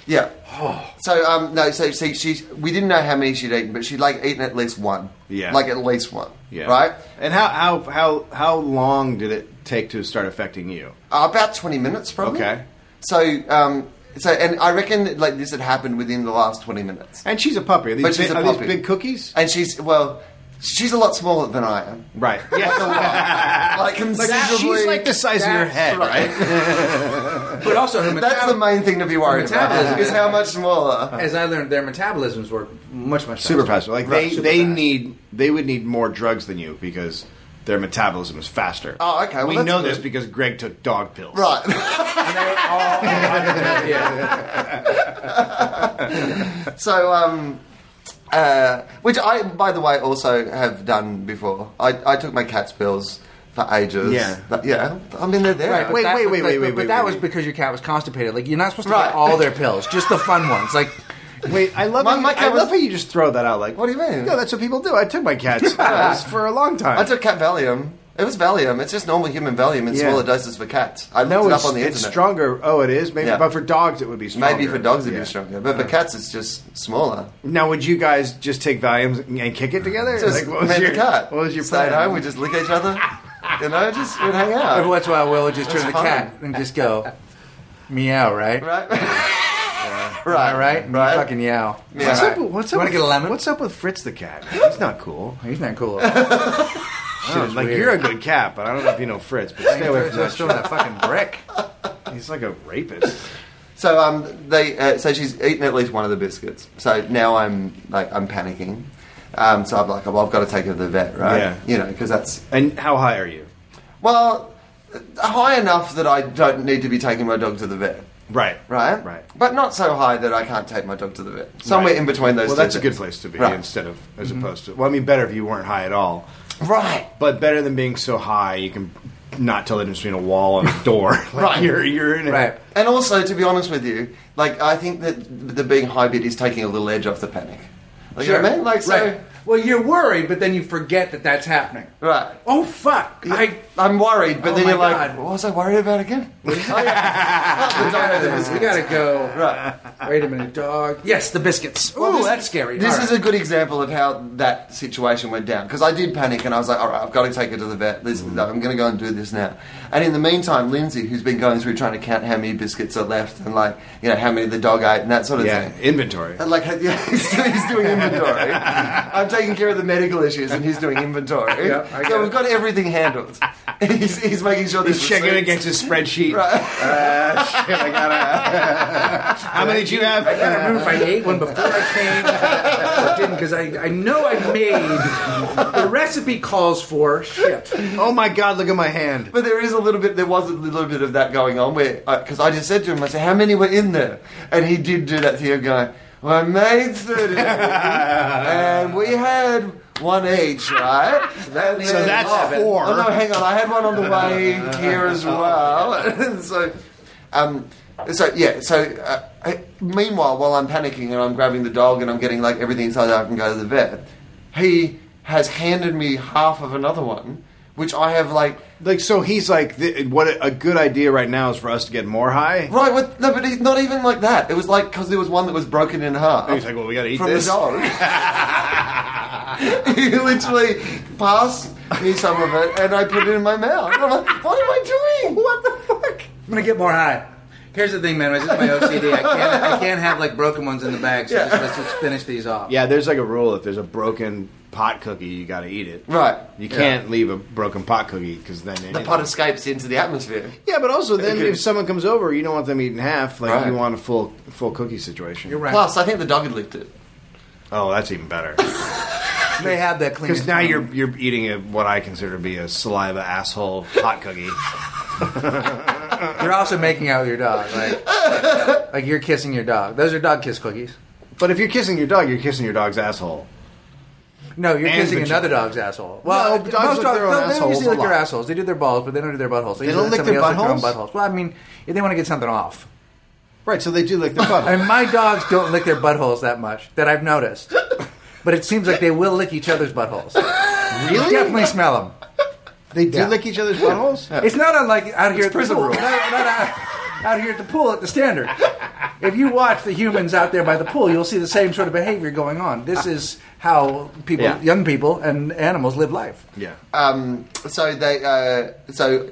[SPEAKER 3] Yeah.
[SPEAKER 1] Oh.
[SPEAKER 3] So um no, so see she we didn't know how many she'd eaten, but she'd like eaten at least one.
[SPEAKER 1] Yeah.
[SPEAKER 3] Like at least one.
[SPEAKER 1] Yeah.
[SPEAKER 3] Right?
[SPEAKER 1] And how how how how long did it take to start affecting you?
[SPEAKER 3] Uh, about twenty minutes probably.
[SPEAKER 1] Okay.
[SPEAKER 3] So um so and I reckon that, like this had happened within the last twenty minutes.
[SPEAKER 1] And she's a puppy. Are these,
[SPEAKER 3] But she's
[SPEAKER 1] big,
[SPEAKER 3] a
[SPEAKER 1] are these
[SPEAKER 3] puppy.
[SPEAKER 1] big cookies?
[SPEAKER 3] And she's well she's a lot smaller than I am.
[SPEAKER 1] Right. Yeah.
[SPEAKER 3] Like
[SPEAKER 1] Like,
[SPEAKER 3] considerably
[SPEAKER 1] she's like the size of your
[SPEAKER 2] That's
[SPEAKER 1] head, right?
[SPEAKER 2] But also her
[SPEAKER 3] that's the
[SPEAKER 2] metabolism,
[SPEAKER 3] main thing to be worried about
[SPEAKER 2] Metabolism.
[SPEAKER 3] is how much smaller.
[SPEAKER 2] as I learned, their metabolisms work much much faster.
[SPEAKER 1] super fast. Like they,
[SPEAKER 2] Right, super
[SPEAKER 1] they
[SPEAKER 2] fast.
[SPEAKER 1] need they would need more drugs than you because their metabolism is faster.
[SPEAKER 3] Oh, okay, well,
[SPEAKER 1] we
[SPEAKER 3] that's
[SPEAKER 1] know
[SPEAKER 3] good.
[SPEAKER 1] this because Greg took dog pills.
[SPEAKER 3] Right.
[SPEAKER 2] And they're all- yeah.
[SPEAKER 3] So, um, uh, which I, by the way, also have done before. I, I took my cat's pills for ages.
[SPEAKER 1] Yeah.
[SPEAKER 3] But, yeah. I mean, they're there.
[SPEAKER 2] Right, but
[SPEAKER 1] Wait,
[SPEAKER 2] that-
[SPEAKER 1] wait,
[SPEAKER 2] but-
[SPEAKER 1] wait,
[SPEAKER 2] but-
[SPEAKER 1] wait, wait,
[SPEAKER 2] But
[SPEAKER 1] wait,
[SPEAKER 2] that
[SPEAKER 1] wait,
[SPEAKER 2] was
[SPEAKER 1] wait.
[SPEAKER 2] because your cat was constipated. Like you're not supposed to
[SPEAKER 3] Right.
[SPEAKER 2] get all their pills, just the fun ones. Like
[SPEAKER 1] Wait, I love
[SPEAKER 3] My-
[SPEAKER 1] how you-
[SPEAKER 3] my cat
[SPEAKER 1] I love
[SPEAKER 3] was-
[SPEAKER 1] how you just throw that out. Like,
[SPEAKER 3] What do you mean?
[SPEAKER 1] No, that's what people do. I took my cats pills for a long time.
[SPEAKER 3] I took cat Valium. It was Valium. It's just normal human Valium in
[SPEAKER 1] Yeah.
[SPEAKER 3] smaller doses for cats. I
[SPEAKER 1] no,
[SPEAKER 3] looked it
[SPEAKER 1] it's,
[SPEAKER 3] up on the
[SPEAKER 1] it's
[SPEAKER 3] internet.
[SPEAKER 1] stronger. Oh, it is. Maybe,
[SPEAKER 3] Yeah.
[SPEAKER 1] but for dogs it would be stronger.
[SPEAKER 3] Maybe for dogs it'd
[SPEAKER 1] Yeah.
[SPEAKER 3] be stronger, but for cats it's just smaller.
[SPEAKER 1] Now, would you guys just take Valiums and- and kick it together?
[SPEAKER 3] Just
[SPEAKER 1] what was
[SPEAKER 3] me and
[SPEAKER 1] your
[SPEAKER 3] the cat.
[SPEAKER 1] What was your
[SPEAKER 3] Stay
[SPEAKER 1] plan?
[SPEAKER 3] at home. We just lick each other. you know, just we'd hang out.
[SPEAKER 2] every once in a while, Will would just turn to the
[SPEAKER 3] fun.
[SPEAKER 2] cat and just go meow. Right?
[SPEAKER 3] Right.
[SPEAKER 2] All
[SPEAKER 3] right.
[SPEAKER 2] right.
[SPEAKER 3] Right.
[SPEAKER 2] Fucking yow.
[SPEAKER 3] Yeah.
[SPEAKER 1] What's up?
[SPEAKER 3] All right.
[SPEAKER 1] What's
[SPEAKER 2] You
[SPEAKER 1] up?
[SPEAKER 2] wanna
[SPEAKER 1] With,
[SPEAKER 2] get a lemon?
[SPEAKER 1] What's up with Fritz the cat? man? He's not cool.
[SPEAKER 2] He's not cool. At all.
[SPEAKER 1] I
[SPEAKER 2] shit
[SPEAKER 1] don't
[SPEAKER 2] is
[SPEAKER 1] know, like
[SPEAKER 2] weird.
[SPEAKER 1] you're a good cat, but I don't know if you know Fritz. But stay away from that.
[SPEAKER 2] Just throwing that fucking brick.
[SPEAKER 1] He's like a rapist.
[SPEAKER 3] So um, they uh, so she's eaten at least one of the biscuits. So now I'm like I'm panicking. Um, so I'm like, well, I've got to take her to the vet, right?
[SPEAKER 1] Yeah.
[SPEAKER 3] You know, because that's
[SPEAKER 1] And how high are you?
[SPEAKER 3] well high enough that I don't need to be taking my dog to the vet,
[SPEAKER 1] Right.
[SPEAKER 3] right?
[SPEAKER 1] Right.
[SPEAKER 3] But not so high that I can't take my dog to the vet. Somewhere
[SPEAKER 1] Right.
[SPEAKER 3] in between those.
[SPEAKER 1] Well,
[SPEAKER 3] two
[SPEAKER 1] that's a good
[SPEAKER 3] things.
[SPEAKER 1] place to be
[SPEAKER 3] Right. Mm-hmm.
[SPEAKER 1] instead of as opposed to. Well, I mean, better if you weren't high at all,
[SPEAKER 3] Right.
[SPEAKER 1] but better than being so high you can not tell the difference between a wall and a door. like
[SPEAKER 3] Right.
[SPEAKER 1] You're you're in it.
[SPEAKER 2] Right.
[SPEAKER 3] And also, to be honest with you, like I think that the being high bit is taking a little edge off the panic. Like, You know what I mean? Like so.
[SPEAKER 2] Right. Well, you're worried, but then you forget that that's happening.
[SPEAKER 3] Right.
[SPEAKER 2] Oh fuck! I
[SPEAKER 3] I'm worried, but
[SPEAKER 2] Oh
[SPEAKER 3] then
[SPEAKER 2] my
[SPEAKER 3] you're like,
[SPEAKER 2] God.
[SPEAKER 3] what was I worried about again? Oh, yeah.
[SPEAKER 2] we
[SPEAKER 3] The
[SPEAKER 2] gotta, we
[SPEAKER 3] biscuits.
[SPEAKER 2] gotta go.
[SPEAKER 3] Right.
[SPEAKER 2] Wait a minute, dog. Yes, the biscuits. Ooh,
[SPEAKER 3] this-
[SPEAKER 2] that's scary.
[SPEAKER 3] This
[SPEAKER 2] All
[SPEAKER 3] is
[SPEAKER 2] right.
[SPEAKER 3] a good example of how that situation went down because I did panic and I was like, all right, I've got to take her to the vet. This, I'm going to go and do this now. And in the meantime, Lindsay, who's been going through trying to count how many biscuits are left and like, you know, how many the dog ate and that sort of
[SPEAKER 1] Yeah.
[SPEAKER 3] thing.
[SPEAKER 1] Inventory.
[SPEAKER 3] And like yeah, he's, doing, he's doing inventory. I'm taking care of the medical issues, and he's doing inventory.
[SPEAKER 2] Yeah, I get
[SPEAKER 3] so we've
[SPEAKER 2] it.
[SPEAKER 3] got everything handled. He's, he's making sure
[SPEAKER 1] He's
[SPEAKER 3] there's
[SPEAKER 1] checking
[SPEAKER 3] receipts.
[SPEAKER 1] against his spreadsheet.
[SPEAKER 3] Right.
[SPEAKER 1] Uh, shit, I gotta. How many did you have?
[SPEAKER 2] I gotta remember if I ate one before I came or didn't, because I, I know I made the recipe calls for shit.
[SPEAKER 1] Oh my god! Look at my hand.
[SPEAKER 3] But there is a little bit. There was a little bit of that going on where because I just said to him, I said, "How many were in there?" And he did do that thing of going, "Well, I made thirty, and we had one each, right?" And
[SPEAKER 1] So
[SPEAKER 3] then-
[SPEAKER 1] that's four.
[SPEAKER 3] Oh no, hang on, I had one on the way here as well. And so, um, so yeah, so. Uh, I- Meanwhile, while I'm panicking and I'm grabbing the dog and I'm getting like everything so that I can go to the vet, he has handed me half of another one, which I have like
[SPEAKER 1] Like so, he's like, th- what? A, a good idea right now is for us to get more high.
[SPEAKER 3] Right, with, no, but it, not even like that. It was like because there was one that was broken in half.
[SPEAKER 1] He's like, well, we gotta eat
[SPEAKER 3] from
[SPEAKER 1] this.
[SPEAKER 3] the dog. he literally passed me some of it, and I put it in my mouth. And I'm like, what am I doing? What the fuck?
[SPEAKER 2] I'm gonna get more high. Here's the thing, man. This is my OCD. I can't, I can't have like broken ones in the bag. So just, let's just finish these off.
[SPEAKER 1] Yeah, there's like a rule. If there's a broken pot cookie, you gotta eat it.
[SPEAKER 3] Right.
[SPEAKER 1] You can't leave a broken pot cookie because then
[SPEAKER 3] The pot escapes into the atmosphere.
[SPEAKER 1] yeah, but also then
[SPEAKER 3] Okay.
[SPEAKER 1] if someone comes over, you don't want them eating half. Like
[SPEAKER 3] Right.
[SPEAKER 1] you want a full full cookie situation.
[SPEAKER 2] You're right.
[SPEAKER 3] Plus, I think the dog had licked it.
[SPEAKER 1] Oh, that's even better
[SPEAKER 2] They have that clean.
[SPEAKER 1] because now you're you're eating a, what I consider to be a saliva asshole pot cookie.
[SPEAKER 2] You're also making out with your dog, like like you're kissing your dog. Those are dog kiss cookies.
[SPEAKER 1] but if you're kissing your dog, you're kissing your dog's asshole.
[SPEAKER 2] No, you're
[SPEAKER 1] And
[SPEAKER 2] kissing
[SPEAKER 1] vagina.
[SPEAKER 2] another dog's asshole.
[SPEAKER 1] No,
[SPEAKER 2] Well,
[SPEAKER 1] dogs
[SPEAKER 2] most
[SPEAKER 1] lick
[SPEAKER 2] dogs,
[SPEAKER 1] their own
[SPEAKER 2] don't- they don't
[SPEAKER 1] assholes a
[SPEAKER 2] usually lick their
[SPEAKER 1] lot.
[SPEAKER 2] assholes. They do their balls, but they don't do their buttholes. They,
[SPEAKER 1] don't
[SPEAKER 2] usually
[SPEAKER 1] lick their
[SPEAKER 2] somebody else lick
[SPEAKER 1] buttholes?
[SPEAKER 2] own buttholes. Well, I mean, they want to get something off.
[SPEAKER 1] Right. So they do lick their butt.
[SPEAKER 2] I mean, my dogs don't lick their buttholes that much that I've noticed, but it seems like they will lick each other's buttholes. You definitely smell them.
[SPEAKER 1] They do
[SPEAKER 2] Yeah.
[SPEAKER 1] lick each other's buttholes.
[SPEAKER 2] It's not unlike out here at the
[SPEAKER 3] prison
[SPEAKER 2] pool.
[SPEAKER 3] rules.
[SPEAKER 2] Not, not out, out here at the pool at the standard. If you watch the humans out there by the pool, you'll see the same sort of behavior going on. This is how people,
[SPEAKER 1] Yeah.
[SPEAKER 2] young people, and animals live life.
[SPEAKER 1] yeah.
[SPEAKER 3] um, so they uh, so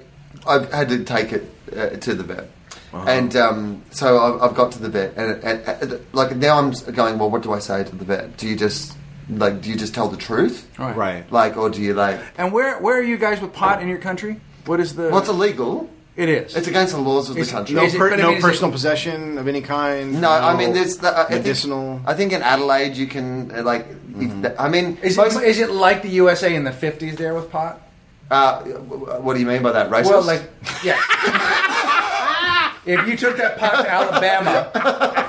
[SPEAKER 3] I had to take it uh, to the vet,
[SPEAKER 2] Uh-huh.
[SPEAKER 3] and um, so I've, I've got to the vet, and, and, and uh, like now I'm going. Well, what do I say to the vet? Do you just like do you just tell the truth,
[SPEAKER 2] Right.
[SPEAKER 1] Right.
[SPEAKER 3] like, or do you like
[SPEAKER 2] And where where are you guys with pot in your country? What is the?
[SPEAKER 3] what's illegal?
[SPEAKER 2] it is.
[SPEAKER 3] It's against the laws of the
[SPEAKER 2] It's-
[SPEAKER 3] country.
[SPEAKER 1] No,
[SPEAKER 2] Is it-
[SPEAKER 1] per,
[SPEAKER 2] but I
[SPEAKER 1] no
[SPEAKER 2] mean, is
[SPEAKER 1] personal
[SPEAKER 2] it-
[SPEAKER 1] possession of any kind.
[SPEAKER 3] No, I mean there's the, uh, I think-
[SPEAKER 1] medicinal.
[SPEAKER 3] I think in Adelaide you can uh, like. If the, I mean,
[SPEAKER 2] Mm-hmm. is
[SPEAKER 3] most-
[SPEAKER 2] it, is it like the USA in the fifties there with pot?
[SPEAKER 3] uh, w- w- what do you mean by that? Racist?
[SPEAKER 2] Well, like yeah. if you took that pot to Alabama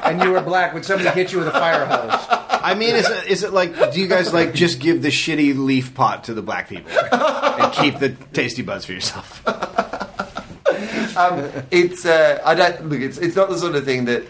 [SPEAKER 2] and you were black, would somebody hit you with a fire hose?
[SPEAKER 1] I mean, is it, is it like? Do you guys like just give the shitty leaf pot to the black people and keep the tasty buds for yourself?
[SPEAKER 3] um, it's uh, I don't look. It's it's not the sort of thing that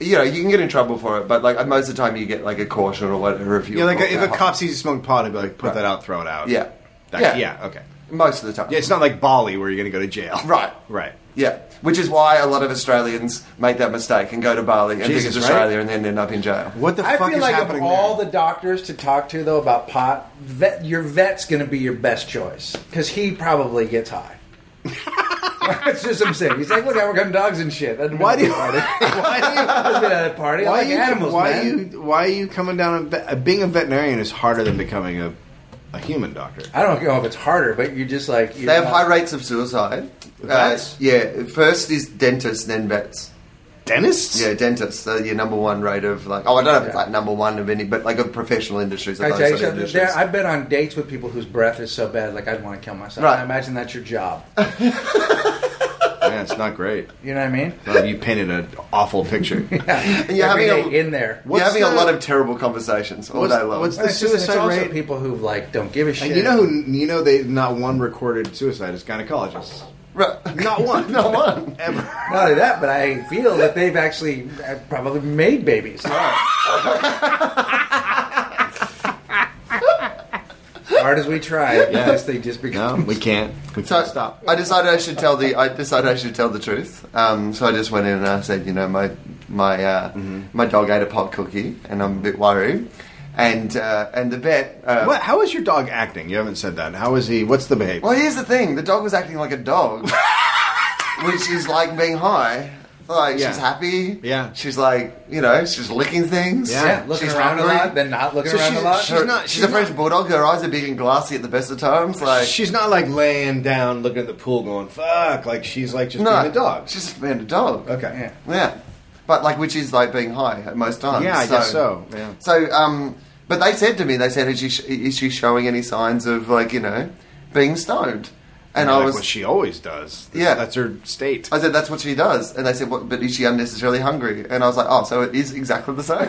[SPEAKER 3] you know you can get in trouble for it, but like most of the time you get like a caution or whatever if you
[SPEAKER 1] Yeah, like
[SPEAKER 3] or-
[SPEAKER 1] if a cop sees you smoking pot, he'd be like, "Put that out, throw it out."
[SPEAKER 3] Yeah.
[SPEAKER 1] That-
[SPEAKER 3] Yeah.
[SPEAKER 1] yeah, okay.
[SPEAKER 3] most of the time
[SPEAKER 1] Yeah, it's not like Bali where you're going to go to jail.
[SPEAKER 3] right
[SPEAKER 1] right.
[SPEAKER 3] yeah, which is why a lot of Australians make that mistake and go to Bali and think
[SPEAKER 1] Jesus,
[SPEAKER 3] it's
[SPEAKER 1] right?
[SPEAKER 3] Australia and then end up in jail.
[SPEAKER 1] What the
[SPEAKER 2] I
[SPEAKER 1] fuck
[SPEAKER 2] feel
[SPEAKER 1] is
[SPEAKER 2] like
[SPEAKER 1] happening
[SPEAKER 2] of all
[SPEAKER 1] there?
[SPEAKER 2] the doctors to talk to though about pot, vet, your vet's going to be your best choice because he probably gets high. That's just what I'm saying. He's like, look, we're gun dogs and shit. That'd
[SPEAKER 1] Why do you?
[SPEAKER 2] party?
[SPEAKER 1] Why
[SPEAKER 2] I've been at a party.
[SPEAKER 1] do you?
[SPEAKER 2] I
[SPEAKER 1] Why
[SPEAKER 2] like
[SPEAKER 1] you?
[SPEAKER 2] animals,
[SPEAKER 1] why
[SPEAKER 2] man.
[SPEAKER 1] you? Why are you coming down? A, ve- being a veterinarian is harder than becoming a a human doctor.
[SPEAKER 2] I don't know if it's harder, but you're just like you're
[SPEAKER 3] They have
[SPEAKER 2] not-
[SPEAKER 3] high rates of suicide. Uh,
[SPEAKER 1] Vets?
[SPEAKER 3] yeah, first is dentists, then vets.
[SPEAKER 1] Dentists?
[SPEAKER 3] Yeah, dentists are your number one rate of like. Oh, I don't know if it's
[SPEAKER 2] Yeah.
[SPEAKER 3] like number one of any, but like of professional industries. Of
[SPEAKER 2] I
[SPEAKER 3] those
[SPEAKER 2] tell you
[SPEAKER 3] sort of
[SPEAKER 2] something.
[SPEAKER 3] industries.
[SPEAKER 2] There, I've been on dates with people whose breath is so bad, like I'd want to kill myself.
[SPEAKER 3] Right.
[SPEAKER 2] I imagine that's your job.
[SPEAKER 1] Yeah, it's not great.
[SPEAKER 2] You know what I mean?
[SPEAKER 1] Well, you painted an awful picture.
[SPEAKER 2] Yeah.
[SPEAKER 3] And you're
[SPEAKER 2] Every
[SPEAKER 3] having a-
[SPEAKER 2] day in there.
[SPEAKER 3] You're
[SPEAKER 1] What's
[SPEAKER 3] having a
[SPEAKER 1] the-
[SPEAKER 3] lot of terrible conversations all
[SPEAKER 1] what's-
[SPEAKER 3] day long.
[SPEAKER 1] what's the
[SPEAKER 2] Well, it's just- it's
[SPEAKER 1] suicide
[SPEAKER 2] also
[SPEAKER 1] rate-
[SPEAKER 2] people who like don't give a shit.
[SPEAKER 1] And you know who? You know they not one recorded suicide is gynecologists.
[SPEAKER 3] right.
[SPEAKER 1] Not one.
[SPEAKER 3] Not one.
[SPEAKER 1] Ever.
[SPEAKER 2] Not only that, but I feel that they've actually uh, probably made babies. Hard as we try,
[SPEAKER 1] Yeah.
[SPEAKER 2] yes, they just
[SPEAKER 1] No,
[SPEAKER 2] become.
[SPEAKER 1] we can't. We
[SPEAKER 3] So
[SPEAKER 1] can't stop.
[SPEAKER 3] I decided I should tell the. I decided I should tell the truth. Um, so I just went in and I said, you know, my my uh,
[SPEAKER 1] Mm-hmm.
[SPEAKER 3] my dog ate a pot cookie, and I'm a bit worried. And uh, and the vet. Uh,
[SPEAKER 1] What? How is your dog acting? You haven't said that. How is he? What's the behavior?
[SPEAKER 3] Well, here's the thing: the dog was acting like a dog, which is like being high. Like
[SPEAKER 1] Yeah.
[SPEAKER 3] she's happy.
[SPEAKER 1] Yeah.
[SPEAKER 3] She's like you know she's licking things.
[SPEAKER 1] Yeah.
[SPEAKER 2] Yeah, looking
[SPEAKER 3] She's
[SPEAKER 2] around
[SPEAKER 3] hungry.
[SPEAKER 2] a lot, then not looking
[SPEAKER 1] So
[SPEAKER 2] around
[SPEAKER 1] she's-
[SPEAKER 2] a lot.
[SPEAKER 1] she's
[SPEAKER 3] Her-
[SPEAKER 1] not-
[SPEAKER 3] she's,
[SPEAKER 1] she's
[SPEAKER 3] a French
[SPEAKER 1] not-
[SPEAKER 3] bulldog. Her eyes are big and glassy at the best of times. Like
[SPEAKER 1] she's not like laying down, looking at the pool, going "fuck." Like she's like just being a dog.
[SPEAKER 3] She's just being a dog.
[SPEAKER 1] okay.
[SPEAKER 2] yeah.
[SPEAKER 3] Yeah, but like, which is like being high at most times.
[SPEAKER 1] Yeah, I guess so, yeah.
[SPEAKER 3] So, um, but they said to me, they said, is she, is she showing any signs of like you know being stoned? And
[SPEAKER 1] You're
[SPEAKER 3] I
[SPEAKER 1] like
[SPEAKER 3] was,
[SPEAKER 1] what she always does.
[SPEAKER 3] Yeah.
[SPEAKER 1] that's her state.
[SPEAKER 3] I said, that's what she does. And they said, what, but is she unnecessarily hungry? And I was like, oh, so it is exactly the same.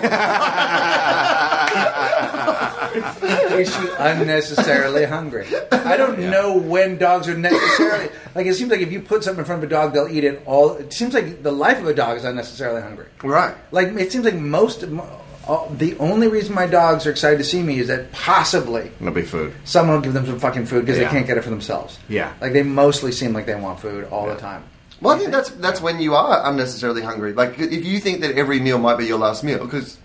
[SPEAKER 2] Is she unnecessarily hungry? I don't know when dogs are necessarily like. It seems like if you put something in front of a dog, they'll eat it all. It seems like the life of a dog is unnecessarily hungry.
[SPEAKER 3] right.
[SPEAKER 2] Like it seems like most. of mo- all- The only reason my dogs are excited to see me is that possibly
[SPEAKER 1] It'll be food.
[SPEAKER 2] someone will give them some fucking food because
[SPEAKER 1] Yeah.
[SPEAKER 2] they can't get it for themselves.
[SPEAKER 1] Yeah.
[SPEAKER 2] like they mostly seem like they want food all the time.
[SPEAKER 3] Well, I think that's that's when you are unnecessarily hungry. Like if you think that every meal might be your last meal because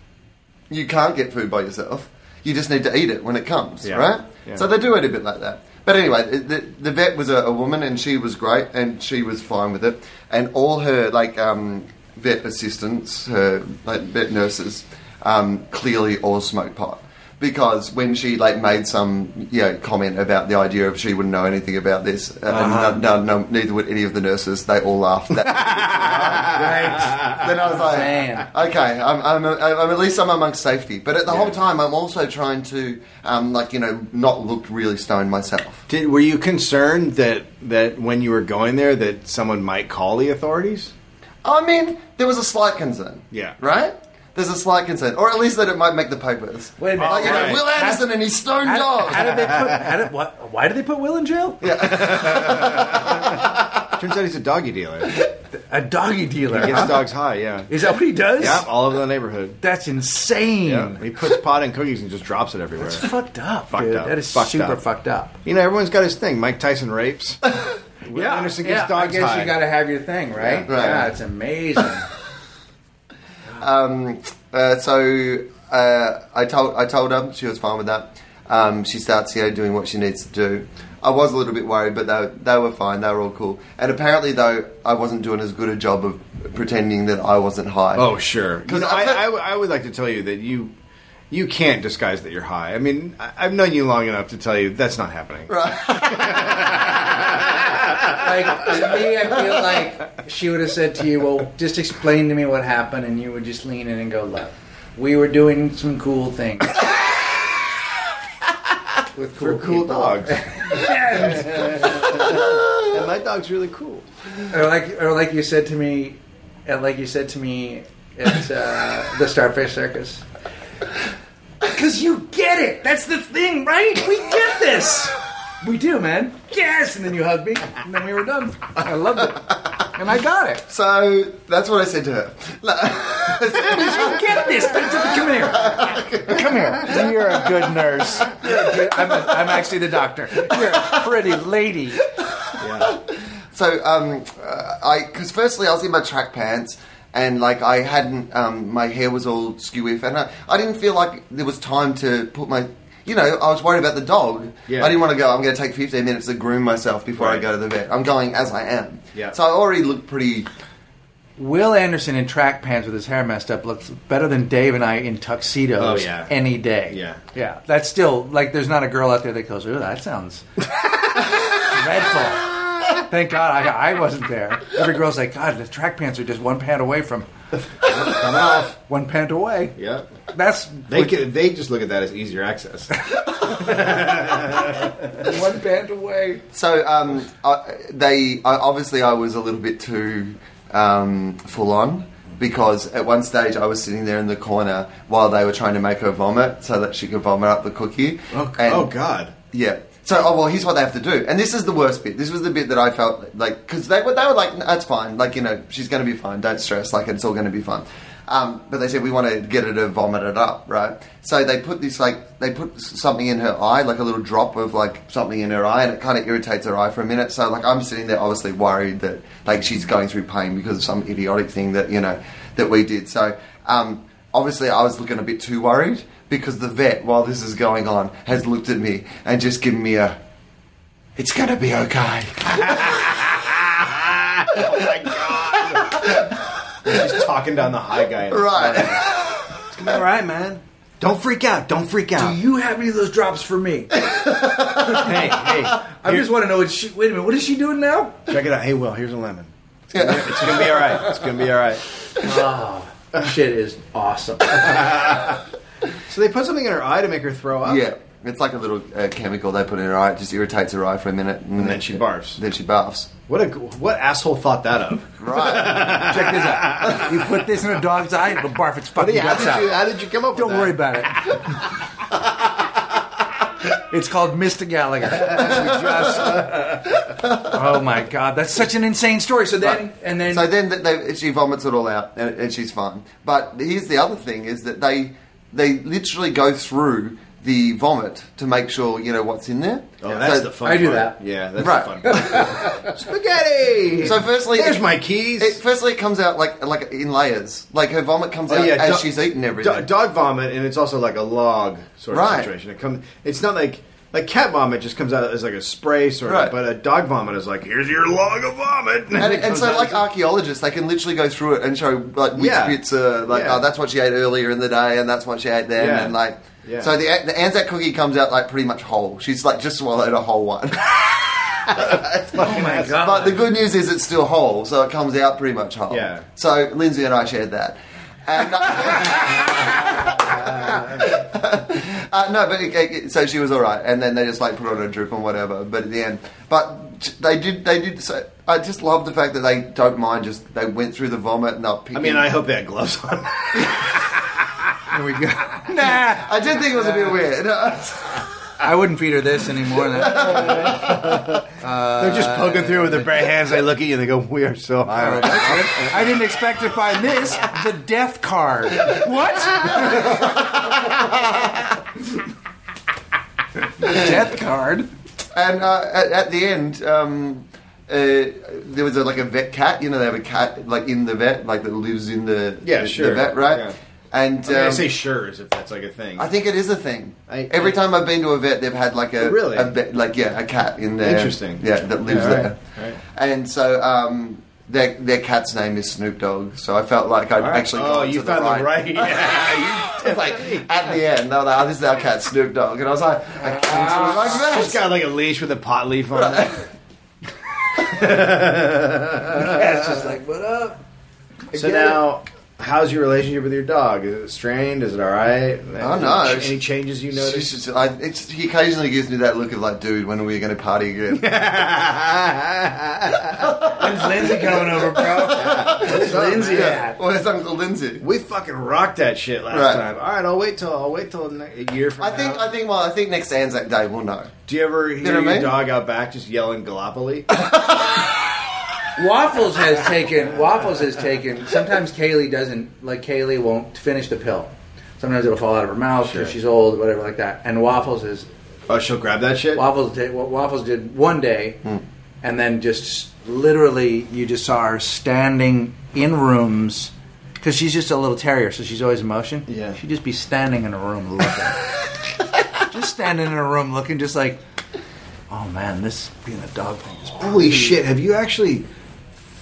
[SPEAKER 3] you can't get food by yourself, you just need to eat it when it comes,
[SPEAKER 1] Yeah.
[SPEAKER 3] right?
[SPEAKER 1] Yeah.
[SPEAKER 3] So they do it a bit like that. But anyway, the, the, the vet was a, a woman and she was great and she was fine with it. And all her like um, vet assistants, her like vet nurses, um, clearly all smoked pot. Because when she like made some you know, comment about the idea of she wouldn't know anything about this, uh,
[SPEAKER 1] Uh-huh.
[SPEAKER 3] and no, no, no, neither would any of the nurses. They all laughed. That,
[SPEAKER 2] Right.
[SPEAKER 3] then I was like,
[SPEAKER 2] Man.
[SPEAKER 3] okay, I'm, I'm, I'm at least I'm amongst safety. But at the whole time, I'm also trying to, um, like you know, not look really stoned myself.
[SPEAKER 1] Did, were you concerned that that when you were going there that someone might call the authorities?
[SPEAKER 3] I mean, there was a slight concern.
[SPEAKER 1] Yeah.
[SPEAKER 3] Right. There's a slight concern, or at least that it might make the papers.
[SPEAKER 2] Wait a minute.
[SPEAKER 3] Like, you know,
[SPEAKER 1] Alright.
[SPEAKER 3] Will Anderson and his stoned
[SPEAKER 2] How,
[SPEAKER 3] dog.
[SPEAKER 2] how did they put? How did, what, why did they put Will in jail?
[SPEAKER 1] Turns out he's a doggy dealer.
[SPEAKER 2] A doggy dealer.
[SPEAKER 1] Gets
[SPEAKER 2] huh?
[SPEAKER 1] dogs high. Yeah.
[SPEAKER 2] Is that what he does?
[SPEAKER 1] Yeah, all over the neighborhood.
[SPEAKER 2] That's insane.
[SPEAKER 1] Yeah, he puts pot in cookies and just drops it everywhere.
[SPEAKER 2] It's fucked up,
[SPEAKER 1] Fucked
[SPEAKER 2] dude.
[SPEAKER 1] up.
[SPEAKER 2] That is
[SPEAKER 1] Fucked
[SPEAKER 2] super
[SPEAKER 1] up.
[SPEAKER 2] fucked up.
[SPEAKER 1] You know, everyone's got his thing. Mike Tyson rapes. Will Anderson gets
[SPEAKER 2] I
[SPEAKER 1] dogs
[SPEAKER 2] guess
[SPEAKER 1] high.
[SPEAKER 2] you got to have your thing, right?
[SPEAKER 3] Yeah, right.
[SPEAKER 2] Yeah, it's amazing.
[SPEAKER 3] Um, uh, so uh, I told I told her she was fine with that. Um, she starts you know doing what she needs to do. I was a little bit worried, but they, they were fine. They were all cool. And apparently, though, I wasn't doing as good a job of pretending that I wasn't high.
[SPEAKER 1] Oh, sure.
[SPEAKER 3] 'Cause
[SPEAKER 1] Because I,
[SPEAKER 3] I've had-
[SPEAKER 1] I, I would like to tell you that you you can't disguise that you're high. I mean, I, I've known you long enough to tell you that's not happening.
[SPEAKER 2] like to me, I feel like she would have said to you, "Well, just explain to me what happened," and you would just lean in and go, "Look, we were doing some cool things with cool,
[SPEAKER 1] We're cool
[SPEAKER 2] people.
[SPEAKER 1] dogs,
[SPEAKER 2] And-
[SPEAKER 1] and my dog's really cool.
[SPEAKER 2] or like, or like you said to me, and like you said to me at uh, the Starfish Circus. Because you get it. That's the thing, right? We get this. We do, man. Yes. And then you hugged me, and then we were done. I loved it, and I got it.
[SPEAKER 3] So that's what I said to her. I
[SPEAKER 2] You
[SPEAKER 3] said,
[SPEAKER 2] get this. Come here. Come here. You're a good nurse. You're a good, I'm, a, I'm actually the doctor. You're a pretty lady.
[SPEAKER 1] Yeah.
[SPEAKER 3] So, um, uh, I because firstly I was in my track pants and like I hadn't, um, my hair was all skew if, and I, I didn't feel like there was time to put my, you know, I was worried about the dog.
[SPEAKER 1] Yeah.
[SPEAKER 3] I didn't want to go. I'm going to take 15 minutes to groom myself before I
[SPEAKER 1] Right.
[SPEAKER 3] go to the vet. I'm going as I am.
[SPEAKER 1] Yeah.
[SPEAKER 3] So I already looked pretty
[SPEAKER 2] Will Anderson in track pants with his hair messed up looks better than Dave and I in tuxedos
[SPEAKER 1] Oh, yeah.
[SPEAKER 2] any day.
[SPEAKER 1] Yeah.
[SPEAKER 2] Yeah. That's still, like, there's not a girl out there that goes, ooh, that sounds dreadful. Thank God I, I wasn't there. Every girl's like, God, the track pants are just one pant away from,
[SPEAKER 1] Come off.
[SPEAKER 2] one pant away.
[SPEAKER 1] Yep.
[SPEAKER 2] That's
[SPEAKER 1] They
[SPEAKER 2] what-
[SPEAKER 1] can, they just look at that as easier access.
[SPEAKER 2] one pant away.
[SPEAKER 3] So um, I, they I, obviously I was a little bit too um, full on because at one stage I was sitting there in the corner while they were trying to make her vomit so that she could vomit up the cookie.
[SPEAKER 1] Oh,
[SPEAKER 3] And-
[SPEAKER 1] oh God.
[SPEAKER 3] Yeah. So, oh well, here's what they have to do, and this is the worst bit. This was the bit that I felt like because they were they were like, "No, "That's fine, like you know, she's going to be fine. Don't stress. Like it's all going to be fine." Um, but they said we want to get her to vomit it up, right? So they put this like they put s- something in her eye, like a little drop of like something in her eye, and it kind of irritates her eye for a minute. So like I'm sitting there, obviously worried that like she's going through pain because of some idiotic thing that you know that we did. So um, obviously I was looking a bit too worried because the vet, while this is going on, has looked at me and just given me a. It's gonna be okay.
[SPEAKER 1] Just talking down the high guy. in the corner.
[SPEAKER 3] Right.
[SPEAKER 1] All right, man. Don't freak out. Don't freak out.
[SPEAKER 2] Do you have any of those drops for me?
[SPEAKER 1] hey, hey.
[SPEAKER 2] I just want to know. What she, wait a minute. What is she doing now?
[SPEAKER 1] Check it out. Hey, Will, here's a lemon. It's gonna, be, it's gonna be all right. It's gonna be all right.
[SPEAKER 2] Shit is awesome.
[SPEAKER 1] So they put something in her eye to make her throw up.
[SPEAKER 3] Yeah. It's like a little uh, chemical they put in her eye. It just irritates her eye for a minute, and,
[SPEAKER 1] then she barfs.
[SPEAKER 3] Then she barfs.
[SPEAKER 1] What a what asshole thought that of?
[SPEAKER 3] Right.
[SPEAKER 2] Check this out. You put this in a dog's eye, it'll barf its fucking
[SPEAKER 1] how, did
[SPEAKER 2] guts
[SPEAKER 1] you,
[SPEAKER 2] out.
[SPEAKER 1] how did you come up?
[SPEAKER 2] Don't
[SPEAKER 1] with
[SPEAKER 2] worry
[SPEAKER 1] That?
[SPEAKER 2] about it. It's called Mr. Gallagher. We just- oh my god, that's such an insane story. So then, and then,
[SPEAKER 3] so then th- they, she vomits it all out, and, and she's fine. But here's the other thing: is that they they literally go through the vomit to make sure you know what's in there.
[SPEAKER 1] Oh, that's
[SPEAKER 3] So-
[SPEAKER 1] the fun.
[SPEAKER 2] I do
[SPEAKER 1] part.
[SPEAKER 2] that.
[SPEAKER 1] Yeah, that's
[SPEAKER 3] Right.
[SPEAKER 1] the fun. Part. Spaghetti.
[SPEAKER 3] So firstly,
[SPEAKER 1] there's
[SPEAKER 3] it-
[SPEAKER 1] my keys.
[SPEAKER 3] It, firstly, it comes out like like in layers. Like her vomit comes
[SPEAKER 1] Oh,
[SPEAKER 3] out
[SPEAKER 1] yeah,
[SPEAKER 3] as
[SPEAKER 1] do-
[SPEAKER 3] she's eaten
[SPEAKER 1] Do-
[SPEAKER 3] everything.
[SPEAKER 1] dog vomit, and it's also like a log sort of
[SPEAKER 3] Right.
[SPEAKER 1] situation. It comes. It's not like like cat vomit just comes out as like a spray sort
[SPEAKER 3] Right.
[SPEAKER 1] of, but a dog vomit is like here's your log of vomit.
[SPEAKER 3] and,
[SPEAKER 1] it
[SPEAKER 3] and
[SPEAKER 1] comes
[SPEAKER 3] so,
[SPEAKER 1] out
[SPEAKER 3] like
[SPEAKER 1] as-
[SPEAKER 3] archaeologists, they can literally go through it and show like which
[SPEAKER 1] Yeah.
[SPEAKER 3] bits are like,
[SPEAKER 1] Yeah.
[SPEAKER 3] oh, that's what she ate earlier in the day, and that's what she ate then,
[SPEAKER 1] Yeah.
[SPEAKER 3] and like.
[SPEAKER 1] Yeah.
[SPEAKER 3] So the the Anzac cookie comes out like pretty much whole. She's like just swallowed a whole one.
[SPEAKER 2] oh my god,
[SPEAKER 3] but the good news is it's still whole, so it comes out pretty much whole.
[SPEAKER 1] Yeah.
[SPEAKER 3] So Lindsay and I shared that. And, uh, uh, no, but it, it- so she was all right, and then they just like put on a drip and whatever. But at the end, but they did, they did. So I just love the fact that they don't mind. Just they went through the vomit and they'll pick.
[SPEAKER 1] I mean,
[SPEAKER 3] it.
[SPEAKER 1] I hope they had gloves on.
[SPEAKER 2] here we go. Nah,
[SPEAKER 3] I did think it was a bit weird.
[SPEAKER 2] I wouldn't feed her this anymore.
[SPEAKER 1] They're just poking through with their bare hands. They look at you and they go, "We are so high." right now."
[SPEAKER 2] I didn't expect to find this the death card. What? death card.
[SPEAKER 3] And uh, at, at the end, um, uh, there was a, like a vet cat. You know, they have a cat like in the vet, like that lives in the
[SPEAKER 1] Yeah,
[SPEAKER 3] the,
[SPEAKER 1] sure.
[SPEAKER 3] the vet, right?
[SPEAKER 1] Yeah.
[SPEAKER 3] And
[SPEAKER 1] I, mean, I
[SPEAKER 3] um,
[SPEAKER 1] say sure as if that's like a thing.
[SPEAKER 3] I think it is a thing.
[SPEAKER 1] I-
[SPEAKER 3] Every
[SPEAKER 1] I-
[SPEAKER 3] time I've been to a vet, they've had like a
[SPEAKER 1] Really?
[SPEAKER 3] a vet, like yeah, a cat in there.
[SPEAKER 1] Interesting.
[SPEAKER 3] Yeah, that lives
[SPEAKER 1] Yeah, right,
[SPEAKER 3] there.
[SPEAKER 1] right.
[SPEAKER 3] And so um, their their cat's name is Snoop Dogg. So I felt like I would
[SPEAKER 1] All right.
[SPEAKER 3] actually.
[SPEAKER 1] oh,
[SPEAKER 3] gone
[SPEAKER 1] you
[SPEAKER 3] to
[SPEAKER 1] found
[SPEAKER 3] the right.
[SPEAKER 1] them right. Yeah, you
[SPEAKER 3] It's like at the end, they were like, "Oh, this is our cat, Snoop Dogg," and I was like, "I can't
[SPEAKER 1] Ah,
[SPEAKER 3] do it like that."
[SPEAKER 1] It's got like a leash with a pot leaf on it.
[SPEAKER 2] That's just like what up. I
[SPEAKER 1] So
[SPEAKER 2] get it.
[SPEAKER 1] now, how's your relationship with your dog? Is it strained? Is it all right?
[SPEAKER 3] Oh, no.
[SPEAKER 1] Any ch- Any changes you
[SPEAKER 3] She's
[SPEAKER 1] notice?
[SPEAKER 3] just- I, it's, he occasionally gives me that look of like, dude, when are we going to party
[SPEAKER 2] When's
[SPEAKER 3] again?
[SPEAKER 2] Lindsay coming over, bro? Where's Lindsay at?
[SPEAKER 3] Well, it's Uncle Lindsay.
[SPEAKER 1] we fucking rocked that shit last
[SPEAKER 3] Right.
[SPEAKER 1] time. All right, I'll wait till I'll wait till ne- a year from
[SPEAKER 3] I think,
[SPEAKER 1] now.
[SPEAKER 3] I think, well, I think next Anzac Day we'll know.
[SPEAKER 1] Do you ever
[SPEAKER 3] know
[SPEAKER 1] hear
[SPEAKER 3] what I
[SPEAKER 1] your
[SPEAKER 3] mean?
[SPEAKER 1] dog out back just yelling Gallipoli?
[SPEAKER 2] Waffles has taken. Waffles has taken. Sometimes Kaylee doesn't like. Kaylee won't finish the pill. Sometimes it'll fall out of her mouth
[SPEAKER 1] Sure.
[SPEAKER 2] because she's old, whatever, like that. And Waffles is
[SPEAKER 1] oh, she'll grab that shit.
[SPEAKER 2] Waffles did what Waffles did one day,
[SPEAKER 1] Hmm.
[SPEAKER 2] and then just literally you just saw her standing in rooms because she's just a little terrier, so she's always in motion.
[SPEAKER 1] Yeah.
[SPEAKER 2] she'd just be standing in a room looking, just standing in a room looking, just like, oh man, this being a dog thing is
[SPEAKER 1] Holy shit! Have you actually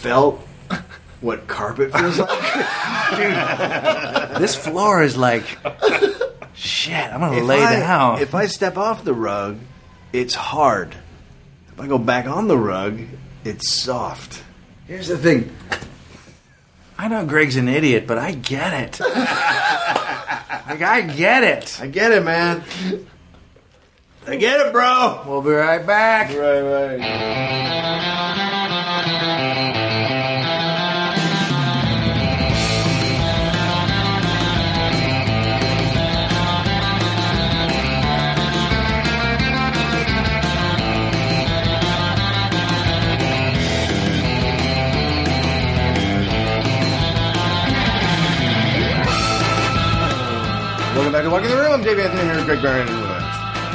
[SPEAKER 1] felt what carpet feels like.
[SPEAKER 2] This floor is like shit. I'm gonna
[SPEAKER 1] If
[SPEAKER 2] lay
[SPEAKER 1] I-
[SPEAKER 2] down.
[SPEAKER 1] If I step off the rug, it's hard. If I go back on the rug, it's soft.
[SPEAKER 2] Here's the thing. I know Greg's an idiot, but I get it. like I get it.
[SPEAKER 1] I get it, man. I get it, bro.
[SPEAKER 2] We'll be right back.
[SPEAKER 1] Right, right. Welcome back to Walking the Room. I'm Dave Anthony here with Greg Barron and Lewis.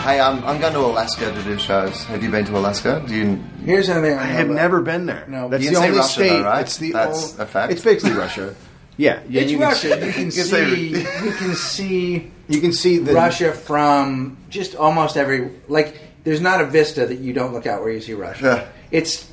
[SPEAKER 3] Hey, um, I'm going to Alaska to do shows. Have you been to Alaska? Do you?
[SPEAKER 2] Here's another thing.
[SPEAKER 1] I have never been there.
[SPEAKER 2] No,
[SPEAKER 1] that's
[SPEAKER 3] you
[SPEAKER 1] the
[SPEAKER 3] can say
[SPEAKER 1] only
[SPEAKER 3] Russia,
[SPEAKER 1] state.
[SPEAKER 3] though, right?
[SPEAKER 1] It's the
[SPEAKER 3] That's
[SPEAKER 1] ol-
[SPEAKER 3] a fact.
[SPEAKER 1] It's basically Russia. Yeah, yeah.
[SPEAKER 2] It's
[SPEAKER 1] you can
[SPEAKER 2] Russia.
[SPEAKER 1] see-
[SPEAKER 2] you can
[SPEAKER 3] You can
[SPEAKER 2] see. You can
[SPEAKER 3] say-
[SPEAKER 2] see
[SPEAKER 1] You can see the
[SPEAKER 2] Russia from just almost every. Like there's not a vista that you don't look out where you see Russia. It's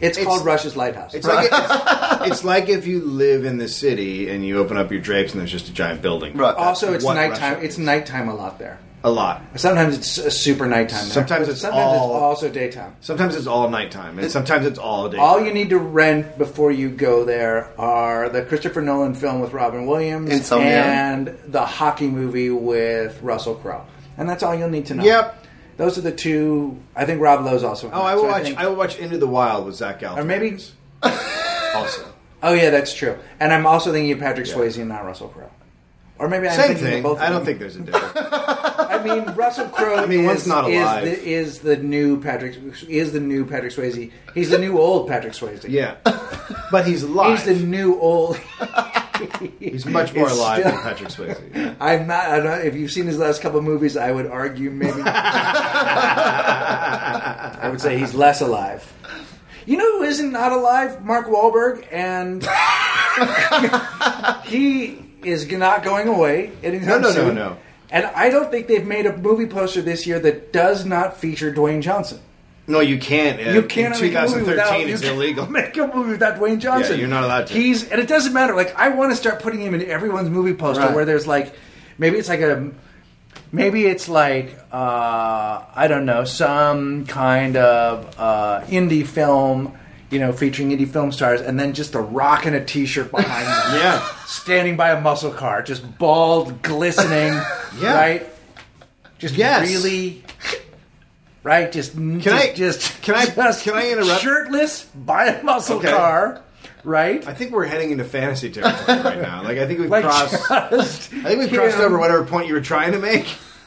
[SPEAKER 2] it's, called Russia's lighthouse.
[SPEAKER 1] It's like, it's, it's like if you live in the city and you open up your drapes and there's just a giant building.
[SPEAKER 3] Right.
[SPEAKER 2] also, it's
[SPEAKER 1] uh, what
[SPEAKER 2] nighttime.
[SPEAKER 1] Russia
[SPEAKER 2] It's
[SPEAKER 1] is.
[SPEAKER 2] nighttime a lot there.
[SPEAKER 1] A lot.
[SPEAKER 2] Sometimes it's uh, super nighttime. There.
[SPEAKER 1] Sometimes
[SPEAKER 2] But
[SPEAKER 1] it's
[SPEAKER 2] sometimes
[SPEAKER 1] all-
[SPEAKER 2] it's also daytime.
[SPEAKER 1] Sometimes it's all nighttime, and sometimes it's all day.
[SPEAKER 2] All you need to rent before you go there are the Christopher Nolan film with Robin Williams
[SPEAKER 3] Insomnia.
[SPEAKER 2] and the hockey movie with Russell Crowe, and that's all you'll need to know.
[SPEAKER 1] Yep.
[SPEAKER 2] those are the two. I think Rob Lowe's also. in
[SPEAKER 1] oh,
[SPEAKER 2] that,
[SPEAKER 1] I will
[SPEAKER 2] so
[SPEAKER 1] watch.
[SPEAKER 2] think-
[SPEAKER 1] I will watch Into the Wild with Zach Galifianakis.
[SPEAKER 2] or maybe.
[SPEAKER 1] also.
[SPEAKER 2] Oh yeah, that's true. And I'm also thinking of Patrick Swayze and not Russell Crowe. Or maybe I'm
[SPEAKER 1] Same
[SPEAKER 2] thinking Of
[SPEAKER 1] thing.
[SPEAKER 2] both of
[SPEAKER 1] I don't
[SPEAKER 2] them.
[SPEAKER 1] think there's a difference.
[SPEAKER 2] I mean, Russell Crowe. I
[SPEAKER 1] mean,
[SPEAKER 2] is,
[SPEAKER 1] one's not alive.
[SPEAKER 2] Is the, is the new Patrick? Is the new Patrick Swayze? He's the new old Patrick Swayze.
[SPEAKER 1] yeah, but he's alive.
[SPEAKER 2] He's the new old.
[SPEAKER 1] He's much more
[SPEAKER 2] He's
[SPEAKER 1] alive
[SPEAKER 2] still-
[SPEAKER 1] than Patrick Swayze.
[SPEAKER 2] I'm not, I'm not. If you've seen his last couple movies, I would argue maybe. I would say he's less alive. You know who isn't not alive? Mark Wahlberg, and he is not going away. anytime
[SPEAKER 1] No, no, no,
[SPEAKER 2] soon.
[SPEAKER 1] no.
[SPEAKER 2] And I don't think they've made a movie poster this year that does not feature Dwayne Johnson.
[SPEAKER 1] No, you can't. uh,
[SPEAKER 2] You can't
[SPEAKER 1] In
[SPEAKER 2] make a movie
[SPEAKER 1] 2013,
[SPEAKER 2] without,
[SPEAKER 1] it's
[SPEAKER 2] you can't
[SPEAKER 1] illegal.
[SPEAKER 2] Make a movie without Dwayne Johnson.
[SPEAKER 1] Yeah, you're not allowed to.
[SPEAKER 2] He's and it doesn't matter. Like I want to start putting him in everyone's movie poster
[SPEAKER 3] Right.
[SPEAKER 2] where there's like maybe it's like a maybe it's like uh, I don't know some kind of uh, indie film. You know, featuring indie film stars, and then just a rock and a T-shirt behind them,
[SPEAKER 1] Yeah.
[SPEAKER 2] standing by a muscle car, just bald, glistening,
[SPEAKER 1] Yeah.
[SPEAKER 2] right? Just
[SPEAKER 1] Yes.
[SPEAKER 2] really, right? Just can just,
[SPEAKER 1] I-
[SPEAKER 2] just
[SPEAKER 1] can I-
[SPEAKER 2] just
[SPEAKER 1] can I interrupt?
[SPEAKER 2] Shirtless by a muscle
[SPEAKER 1] Okay.
[SPEAKER 2] car, right?
[SPEAKER 1] I think we're heading into fantasy territory right now. Like I think we've crossed.
[SPEAKER 2] just
[SPEAKER 1] I think we've crossed
[SPEAKER 2] him
[SPEAKER 1] over whatever point you were trying to make,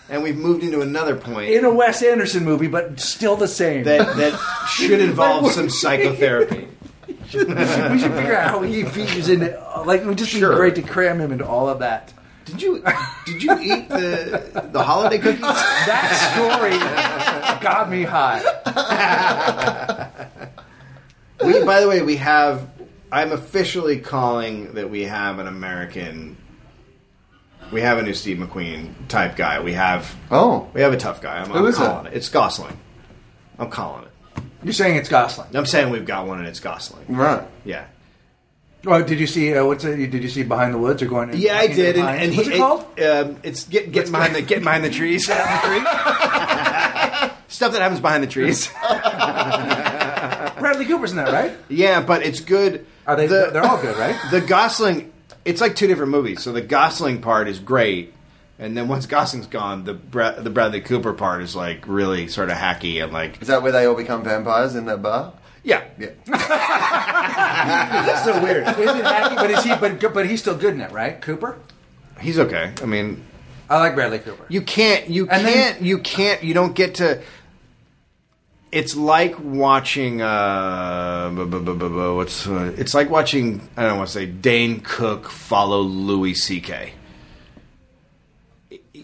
[SPEAKER 1] and we've moved into another point.
[SPEAKER 2] in a Wes Anderson movie, but still the same.
[SPEAKER 1] that that should involve some psychotherapy.
[SPEAKER 2] we should figure out how he features into like it would just
[SPEAKER 1] Sure.
[SPEAKER 2] be great to cram him into all of that.
[SPEAKER 1] Did you did you eat the the holiday cookies?
[SPEAKER 2] That story got me high.
[SPEAKER 1] We, by the way, we have. I'm officially calling that we have an American. We have a new Steve McQueen type guy. We have
[SPEAKER 3] Oh,
[SPEAKER 1] we have a tough guy. I'm,
[SPEAKER 3] Who
[SPEAKER 1] I'm
[SPEAKER 3] is it?
[SPEAKER 1] calling it? It's Gosling. I'm calling it.
[SPEAKER 2] You're saying it's Gosling.
[SPEAKER 1] I'm saying we've got one, and it's Gosling.
[SPEAKER 3] right.
[SPEAKER 1] Yeah.
[SPEAKER 2] Oh, did you see uh, what's it? Did you see Behind the Woods or going? In,
[SPEAKER 1] Yeah, I
[SPEAKER 2] Into the
[SPEAKER 1] did, and,
[SPEAKER 2] Pines?
[SPEAKER 1] and he
[SPEAKER 2] what's it called?
[SPEAKER 1] um, it's get get behind the get behind the trees. Stuff that happens behind the trees.
[SPEAKER 2] Bradley Cooper's in that, right?
[SPEAKER 1] Yeah, but it's good.
[SPEAKER 2] Are they?
[SPEAKER 1] The,
[SPEAKER 2] they're all good, right?
[SPEAKER 1] the Gosling. It's like two different movies. So the Gosling part is great, and then once Gosling's gone, the Bra- the Bradley Cooper part is like really sort of hacky and like
[SPEAKER 3] Is that where they all become vampires in that bar?
[SPEAKER 1] yeah.
[SPEAKER 3] Yeah.
[SPEAKER 2] That's so weird. Isn't it hacky? But is he? But good- but he's still good in it, right? Cooper.
[SPEAKER 1] He's okay. I mean,
[SPEAKER 2] I like Bradley Cooper.
[SPEAKER 1] you can't. You
[SPEAKER 2] And then-
[SPEAKER 1] can't. you can't. You don't get to. It's like watching. Uh, bu- bu- bu- bu- bu- what's uh, it's like watching. I don't want to say Dane Cook follow Louis C.K.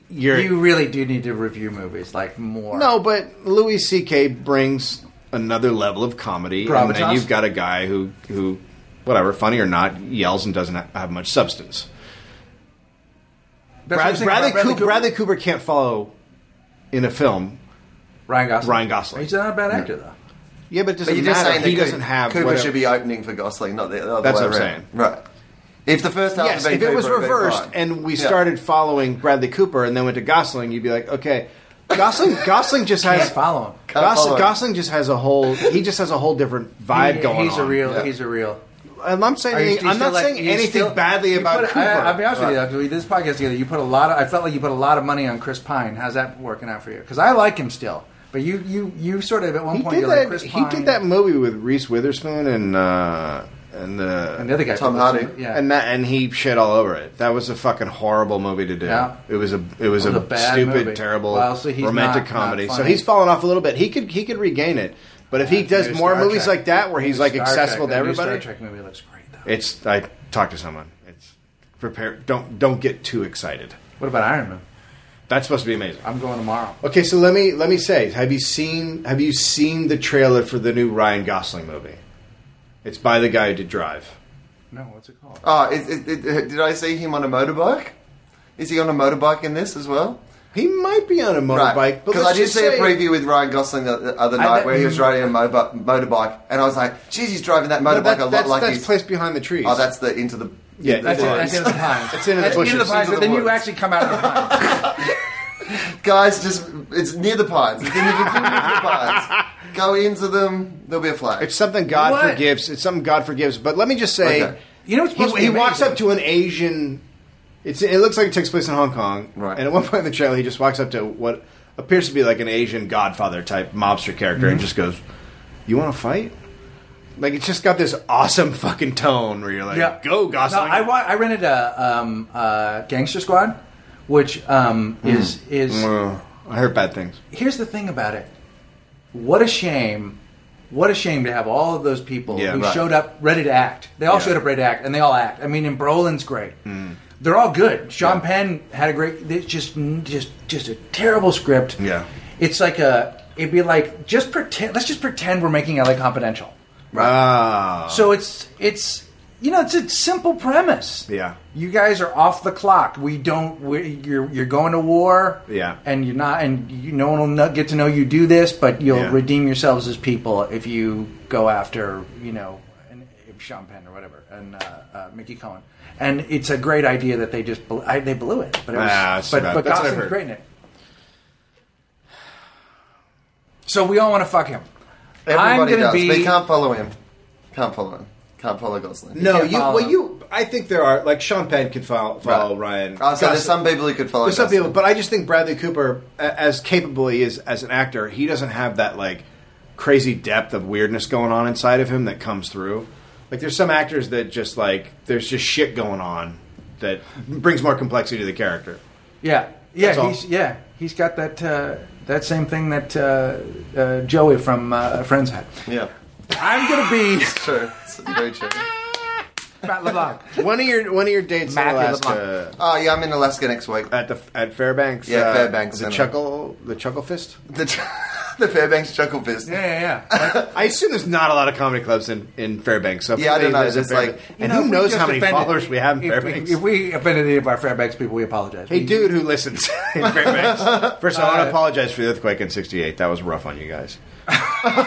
[SPEAKER 1] You're,
[SPEAKER 2] You really do need to review movies like more.
[SPEAKER 1] No, but Louis C.K. brings another level of comedy, and then
[SPEAKER 2] Gravitas?
[SPEAKER 1] you've got a guy who, who, whatever, funny or not, yells and doesn't ha- have much substance.
[SPEAKER 2] That's what
[SPEAKER 1] Brad,
[SPEAKER 2] you're saying
[SPEAKER 1] Bradley,
[SPEAKER 2] about
[SPEAKER 1] Cooper, Bradley Cooper can't follow in a film
[SPEAKER 2] Ryan Gosling.
[SPEAKER 1] Ryan Gosling.
[SPEAKER 2] He's not a bad actor though.
[SPEAKER 1] Yeah, but it doesn't
[SPEAKER 3] but you're just
[SPEAKER 1] matter.
[SPEAKER 3] saying
[SPEAKER 1] he
[SPEAKER 3] that Coo-
[SPEAKER 1] doesn't have.
[SPEAKER 3] Cooper
[SPEAKER 1] whatever-
[SPEAKER 3] should be opening for Gosling, not the other
[SPEAKER 1] That's
[SPEAKER 3] way
[SPEAKER 1] what I'm
[SPEAKER 3] around.
[SPEAKER 1] saying.
[SPEAKER 3] Right. If the first half
[SPEAKER 1] Yes,
[SPEAKER 3] had
[SPEAKER 1] if
[SPEAKER 3] been
[SPEAKER 1] it was
[SPEAKER 3] Cooper, it'd been
[SPEAKER 1] reversed
[SPEAKER 3] fine.
[SPEAKER 1] and we
[SPEAKER 3] Yeah.
[SPEAKER 1] started following Bradley Cooper and then went to Gosling, you'd be like, okay, Gosling. Gosling just has
[SPEAKER 2] Can't follow him.
[SPEAKER 3] Can't
[SPEAKER 1] Gos-
[SPEAKER 3] follow him.
[SPEAKER 1] Gosling just has a whole. He just has a whole different vibe
[SPEAKER 2] He-
[SPEAKER 1] going
[SPEAKER 2] he's
[SPEAKER 1] on.
[SPEAKER 2] a real.
[SPEAKER 3] Yeah.
[SPEAKER 2] He's a real.
[SPEAKER 1] And I'm saying
[SPEAKER 2] Are you-
[SPEAKER 1] any-
[SPEAKER 2] do you
[SPEAKER 1] I'm
[SPEAKER 2] still
[SPEAKER 1] not
[SPEAKER 2] like-
[SPEAKER 1] saying
[SPEAKER 2] you
[SPEAKER 1] anything
[SPEAKER 2] still-
[SPEAKER 1] badly
[SPEAKER 2] you
[SPEAKER 1] about
[SPEAKER 2] put-
[SPEAKER 1] Cooper.
[SPEAKER 2] I, I'll be honest with you. After we did this podcast together, you put a lot. Of, I felt like you put a lot of money on Chris Pine. How's that working out for you? Because I like him still, but you, you, you sort of at one
[SPEAKER 1] he
[SPEAKER 2] point
[SPEAKER 1] did
[SPEAKER 2] you're
[SPEAKER 1] that.
[SPEAKER 2] like Chris
[SPEAKER 1] he
[SPEAKER 2] Pine.
[SPEAKER 1] did that movie with Reese Witherspoon and uh, and the
[SPEAKER 2] And the other guy,
[SPEAKER 3] Tom
[SPEAKER 2] people-
[SPEAKER 3] Hardy.
[SPEAKER 2] Yeah.
[SPEAKER 1] And that, and he shit all over it. That was a fucking horrible movie to do.
[SPEAKER 2] Yeah.
[SPEAKER 1] It was a it was,
[SPEAKER 2] It
[SPEAKER 1] a,
[SPEAKER 2] was a bad
[SPEAKER 1] stupid,
[SPEAKER 2] movie.
[SPEAKER 1] terrible
[SPEAKER 2] Well, so he's
[SPEAKER 1] romantic
[SPEAKER 2] not- not
[SPEAKER 1] comedy. so
[SPEAKER 2] funny.
[SPEAKER 1] he's fallen off a little bit. He could he could regain it, but if he
[SPEAKER 2] New
[SPEAKER 1] does more
[SPEAKER 2] Star
[SPEAKER 1] movies
[SPEAKER 2] Trek.
[SPEAKER 1] like that where he's
[SPEAKER 2] New
[SPEAKER 1] like
[SPEAKER 2] Star
[SPEAKER 1] accessible
[SPEAKER 2] Trek.
[SPEAKER 1] to
[SPEAKER 2] The new Star
[SPEAKER 1] everybody,
[SPEAKER 2] Trek movie looks great though.
[SPEAKER 1] it's I talk to someone. It's prepare. Don't don't get too excited.
[SPEAKER 2] What about Iron Man?
[SPEAKER 1] That's supposed to be amazing.
[SPEAKER 2] I'm going tomorrow.
[SPEAKER 1] Okay, so let me let me say, have you seen have you seen the trailer for the new Ryan Gosling movie? It's by the guy who did Drive.
[SPEAKER 2] No, what's it called?
[SPEAKER 3] Oh, is, is, is- did I see him on a motorbike? Is he on a motorbike in this as well?
[SPEAKER 1] He might be on a motorbike, but
[SPEAKER 3] Because I
[SPEAKER 1] let's
[SPEAKER 3] did
[SPEAKER 1] just
[SPEAKER 3] see
[SPEAKER 1] say-
[SPEAKER 3] a preview with Ryan Gosling the, the other
[SPEAKER 2] I
[SPEAKER 3] night
[SPEAKER 2] bet-
[SPEAKER 3] where he was riding a mobi- motorbike, and I was like, "Geez, he's driving that
[SPEAKER 1] No,
[SPEAKER 3] motorbike
[SPEAKER 1] that-
[SPEAKER 3] a lot
[SPEAKER 1] that's,
[SPEAKER 3] like
[SPEAKER 1] that's
[SPEAKER 3] he's."
[SPEAKER 1] place behind the trees.
[SPEAKER 3] oh, that's the into the
[SPEAKER 1] Yeah,
[SPEAKER 3] the
[SPEAKER 2] That's it.
[SPEAKER 1] Woods.
[SPEAKER 2] That's in the pines.
[SPEAKER 1] It's in the
[SPEAKER 2] That's
[SPEAKER 1] bushes.
[SPEAKER 2] the pines,
[SPEAKER 3] Into
[SPEAKER 2] but
[SPEAKER 3] the
[SPEAKER 2] then you
[SPEAKER 3] woods.
[SPEAKER 2] actually come out of the pines.
[SPEAKER 3] guys. Just it's near the pines. It's in the vicinity of the pines. Go into them. There'll be a flag.
[SPEAKER 1] it's something God
[SPEAKER 2] What?
[SPEAKER 1] forgives. It's something God forgives. But let me just say,
[SPEAKER 3] Okay.
[SPEAKER 2] You know what's
[SPEAKER 1] he,
[SPEAKER 2] supposed to
[SPEAKER 1] he
[SPEAKER 2] be
[SPEAKER 1] walks
[SPEAKER 2] amazing?
[SPEAKER 1] up to an Asian. It's, it looks like it takes place in Hong Kong,
[SPEAKER 3] Right.
[SPEAKER 1] And at one point in the trailer, he just walks up to what appears to be like an Asian Godfather type mobster character,
[SPEAKER 3] Mm-hmm.
[SPEAKER 1] and just goes, "You want to fight?" Like it's just got this awesome fucking tone where you're like, "Go Gosling!"
[SPEAKER 2] No, I, wa- I rented a um, uh, Gangster Squad, which um,
[SPEAKER 1] Hmm.
[SPEAKER 2] is is
[SPEAKER 1] Well, Uh, I heard bad things.
[SPEAKER 2] here's the thing about it. What a shame. What a shame to have all of those people
[SPEAKER 1] Yeah,
[SPEAKER 2] who
[SPEAKER 1] right.
[SPEAKER 2] showed up ready to act. They all
[SPEAKER 1] Yeah. Hmm.
[SPEAKER 2] showed up ready to act, and they all act. I mean, and Brolin's great. They're all good. Sean Penn had a great. It's just, just, just a terrible script.
[SPEAKER 1] Yeah.
[SPEAKER 2] it's like a. It'd be like just pretend. Let's just pretend we're making LA Confidential.
[SPEAKER 1] Ah,
[SPEAKER 2] So it's it's you know it's a simple premise.
[SPEAKER 1] Yeah.
[SPEAKER 2] You guys are off the clock. We don't. We, you're you're going to war.
[SPEAKER 1] Yeah.
[SPEAKER 2] And you're not. And you, no one will know, get to know you do this, but you'll
[SPEAKER 1] Yeah.
[SPEAKER 2] redeem yourselves as people if you go after you know an, Sean Penn or whatever and uh, uh, Mickey Cohen. And it's a great idea that they just bel I, they blew it, but it was,
[SPEAKER 1] Ah, it's too
[SPEAKER 2] but
[SPEAKER 1] bad.
[SPEAKER 2] but
[SPEAKER 1] That's what I've
[SPEAKER 2] Gosling was
[SPEAKER 1] heard.
[SPEAKER 2] great in it. So we all want to fuck him. I'm
[SPEAKER 3] Everybody
[SPEAKER 2] gonna
[SPEAKER 3] does.
[SPEAKER 2] be-
[SPEAKER 3] But you can't follow him. Can't follow him. Can't follow Gosling.
[SPEAKER 1] no,
[SPEAKER 2] can't
[SPEAKER 1] you.
[SPEAKER 2] follow
[SPEAKER 1] Well,
[SPEAKER 2] him.
[SPEAKER 1] you. I think there are like Sean Penn can follow, follow Ryan.
[SPEAKER 3] Oh, so
[SPEAKER 1] Gosling.
[SPEAKER 3] there's some people who could follow.
[SPEAKER 1] There's some
[SPEAKER 3] Gosling.
[SPEAKER 1] people, but I just think Bradley Cooper, a- as capable he is as an actor, he doesn't have that like crazy depth of weirdness going on inside of him that comes through. Like there's some actors that just like there's just shit going on that brings more complexity to the character.
[SPEAKER 2] Yeah, yeah,
[SPEAKER 1] That's all.
[SPEAKER 2] he's, yeah. He's got that uh, that same thing that uh, uh, Joey from uh, Friends had.
[SPEAKER 3] Yeah,
[SPEAKER 2] I'm gonna be
[SPEAKER 3] true. It's very true.
[SPEAKER 2] Matt LeBlanc.
[SPEAKER 1] One of your one of your dates in
[SPEAKER 2] Matthew
[SPEAKER 1] Alaska
[SPEAKER 3] Oh yeah, I'm in Alaska next week.
[SPEAKER 1] at the at Fairbanks.
[SPEAKER 3] Yeah,
[SPEAKER 1] uh,
[SPEAKER 3] Fairbanks,
[SPEAKER 1] The
[SPEAKER 3] I know.
[SPEAKER 1] chuckle, the chuckle fist.
[SPEAKER 3] The, the Fairbanks Chuckle Fist.
[SPEAKER 2] Yeah, yeah, yeah. Like,
[SPEAKER 1] I assume there's not a lot of comedy clubs in, in Fairbanks. So if
[SPEAKER 3] Yeah, I don't
[SPEAKER 1] anybody
[SPEAKER 3] know,
[SPEAKER 1] lives in
[SPEAKER 3] it's like-
[SPEAKER 1] Fairbanks-
[SPEAKER 2] you
[SPEAKER 1] and
[SPEAKER 2] know,
[SPEAKER 1] who
[SPEAKER 2] if we
[SPEAKER 1] knows
[SPEAKER 2] just
[SPEAKER 1] how many
[SPEAKER 2] offended-
[SPEAKER 1] followers we have in
[SPEAKER 2] if-
[SPEAKER 1] Fairbanks.
[SPEAKER 2] If, we offended any of our Fairbanks people, we apologize.
[SPEAKER 1] Hey,
[SPEAKER 2] We-
[SPEAKER 1] dude who listens in Fairbanks. First, I want to
[SPEAKER 2] Uh,
[SPEAKER 1] apologize for the earthquake in '68. That was rough on you guys.
[SPEAKER 2] Also,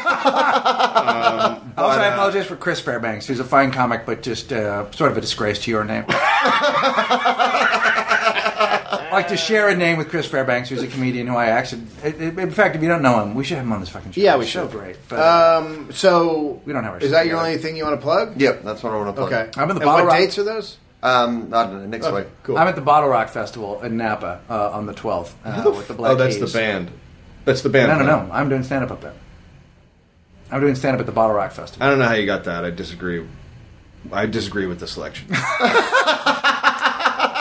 [SPEAKER 2] I apologize for Chris Fairbanks, who's a fine comic, but just uh, sort of a disgrace to your name. I like to share a name with Chris Fairbanks, who's a comedian who I actually. In fact, if you don't know him, we Uh, should have him on this fucking show.
[SPEAKER 1] Yeah, we
[SPEAKER 2] He's So
[SPEAKER 1] should.
[SPEAKER 2] great. But,
[SPEAKER 1] Um, so
[SPEAKER 2] We don't have our
[SPEAKER 1] Is that
[SPEAKER 2] shit
[SPEAKER 1] your
[SPEAKER 2] together.
[SPEAKER 1] only thing you want to plug?
[SPEAKER 3] Yep, that's what I want to plug.
[SPEAKER 1] Okay.
[SPEAKER 2] I'm in the
[SPEAKER 1] And
[SPEAKER 2] Bottle
[SPEAKER 1] What
[SPEAKER 2] Rock-
[SPEAKER 1] dates are those?
[SPEAKER 3] Um, I don't know. Next week.
[SPEAKER 1] Cool.
[SPEAKER 2] I'm at the Bottle Rock Festival in Napa uh, on the 12th uh, with the Black
[SPEAKER 1] oh, that's
[SPEAKER 2] Keys.
[SPEAKER 1] the band. That's the band.
[SPEAKER 2] No, no,
[SPEAKER 1] huh?
[SPEAKER 2] no. I'm doing stand up up there. I'm doing stand up at the Bottle Rock Festival.
[SPEAKER 1] I don't know how you got that. I disagree. I disagree with the selection.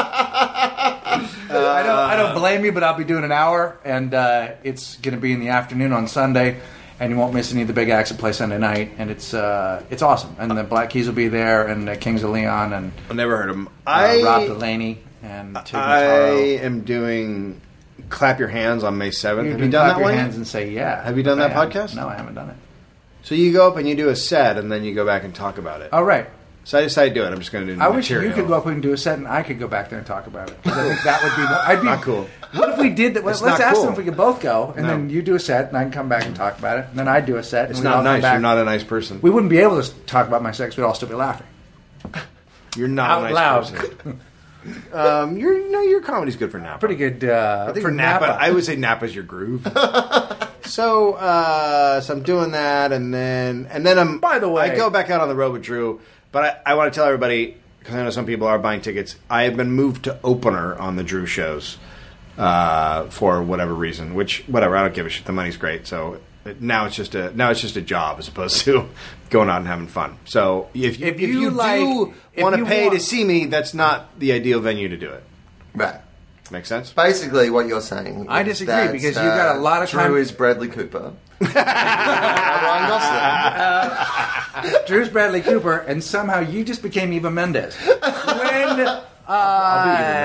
[SPEAKER 1] Uh,
[SPEAKER 2] I, don't, I don't blame you, but I'll be doing an hour, and uh, it's going to be in the afternoon on Sunday, and you won't miss any of the big acts that play Sunday night, and it's uh, it's awesome. And the Black Keys will be there, and uh, Kings of Leon, and uh,
[SPEAKER 1] I never heard of them. I
[SPEAKER 2] Rob Delaney, and Tig
[SPEAKER 1] I
[SPEAKER 2] Notaro.
[SPEAKER 1] am doing clap your hands on May seventh.
[SPEAKER 2] You
[SPEAKER 1] Have
[SPEAKER 2] can
[SPEAKER 1] you done
[SPEAKER 2] clap
[SPEAKER 1] that
[SPEAKER 2] your
[SPEAKER 1] one? yet?
[SPEAKER 2] hands and say yeah.
[SPEAKER 1] Have you done
[SPEAKER 2] I
[SPEAKER 1] that
[SPEAKER 2] haven't.
[SPEAKER 1] podcast?
[SPEAKER 2] No, I haven't done it.
[SPEAKER 1] So you go up and you do a set, and then you go back and talk about it.
[SPEAKER 2] All right.
[SPEAKER 1] So I decided to do it. I'm just going to do.
[SPEAKER 2] Oh. I wish
[SPEAKER 1] material.
[SPEAKER 2] you could go up and do a set, and I could go back there and talk about it. 'Cause I think that would be. More, I'd be
[SPEAKER 1] Not cool.
[SPEAKER 2] What if we did that? Let's
[SPEAKER 1] It's
[SPEAKER 2] ask
[SPEAKER 1] not cool.
[SPEAKER 2] them if we could both go,
[SPEAKER 1] No.
[SPEAKER 2] and then you do a set, and I can come back and talk about it, and then I do a set. And
[SPEAKER 1] It's
[SPEAKER 2] we'd
[SPEAKER 1] not
[SPEAKER 2] all come
[SPEAKER 1] nice.
[SPEAKER 2] back.
[SPEAKER 1] You're not a nice person.
[SPEAKER 2] We wouldn't be able to talk about my sex. We'd all still be laughing.
[SPEAKER 1] You're not
[SPEAKER 2] Out
[SPEAKER 1] a nice
[SPEAKER 2] loud.
[SPEAKER 1] person. um, you're no, your comedy's good for Napa.
[SPEAKER 2] Pretty good uh,
[SPEAKER 1] I think
[SPEAKER 2] for
[SPEAKER 1] Napa,
[SPEAKER 2] Napa.
[SPEAKER 1] I would say Napa's your groove. so, uh, so I'm doing that, and then and then I'm.
[SPEAKER 2] By the way-
[SPEAKER 1] I go back out on the road with Drew, but I, I want to tell everybody because I know some people are buying tickets. I have been moved to opener on the Drew shows uh, for whatever reason. Which whatever, I don't give a shit. The money's great, so. it- Now it's just a now it's just a job as opposed to going out and having fun. So if you,
[SPEAKER 2] If
[SPEAKER 1] if
[SPEAKER 2] you
[SPEAKER 1] you,
[SPEAKER 2] like-
[SPEAKER 1] do
[SPEAKER 2] if
[SPEAKER 1] want
[SPEAKER 2] you
[SPEAKER 1] to pay to
[SPEAKER 2] want-
[SPEAKER 1] see me, that's not the ideal venue to do it.
[SPEAKER 3] Right.
[SPEAKER 1] Make sense?
[SPEAKER 3] Basically, what you're saying.
[SPEAKER 2] I
[SPEAKER 3] is
[SPEAKER 2] disagree,
[SPEAKER 3] that, uh,
[SPEAKER 2] because you've got a lot of
[SPEAKER 3] Drew
[SPEAKER 2] time-
[SPEAKER 3] is Bradley Cooper. Ryan Gosling.
[SPEAKER 2] Drew's Bradley Cooper, and somehow you just became Eva Mendes. When, uh,
[SPEAKER 1] be Eva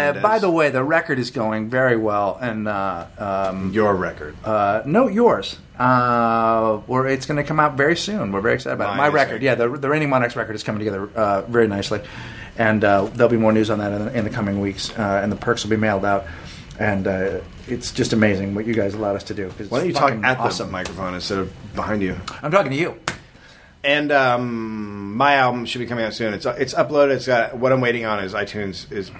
[SPEAKER 1] Mendes.
[SPEAKER 2] by the way, the record is going very well, and uh, um,
[SPEAKER 1] Your record.
[SPEAKER 2] uh, no, yours. Uh, we're, it's going to come out very soon. We're very excited about
[SPEAKER 1] Mine
[SPEAKER 2] it.
[SPEAKER 1] is
[SPEAKER 2] My record,
[SPEAKER 1] very-
[SPEAKER 2] yeah, the, the reigning monarchs record is coming together uh, very nicely, and uh, there'll be more news on that in the, in the coming weeks, uh, and the perks will be mailed out. And uh, it's just amazing what you guys allowed us to do. 'cause
[SPEAKER 1] Why don't you
[SPEAKER 2] it's
[SPEAKER 1] talk
[SPEAKER 2] fucking
[SPEAKER 1] at
[SPEAKER 2] awesome.
[SPEAKER 1] the microphone instead of behind you?
[SPEAKER 2] I'm talking to you.
[SPEAKER 1] And um, my album should be coming out soon. It's uh, it's uploaded. It's got what I'm waiting on is iTunes is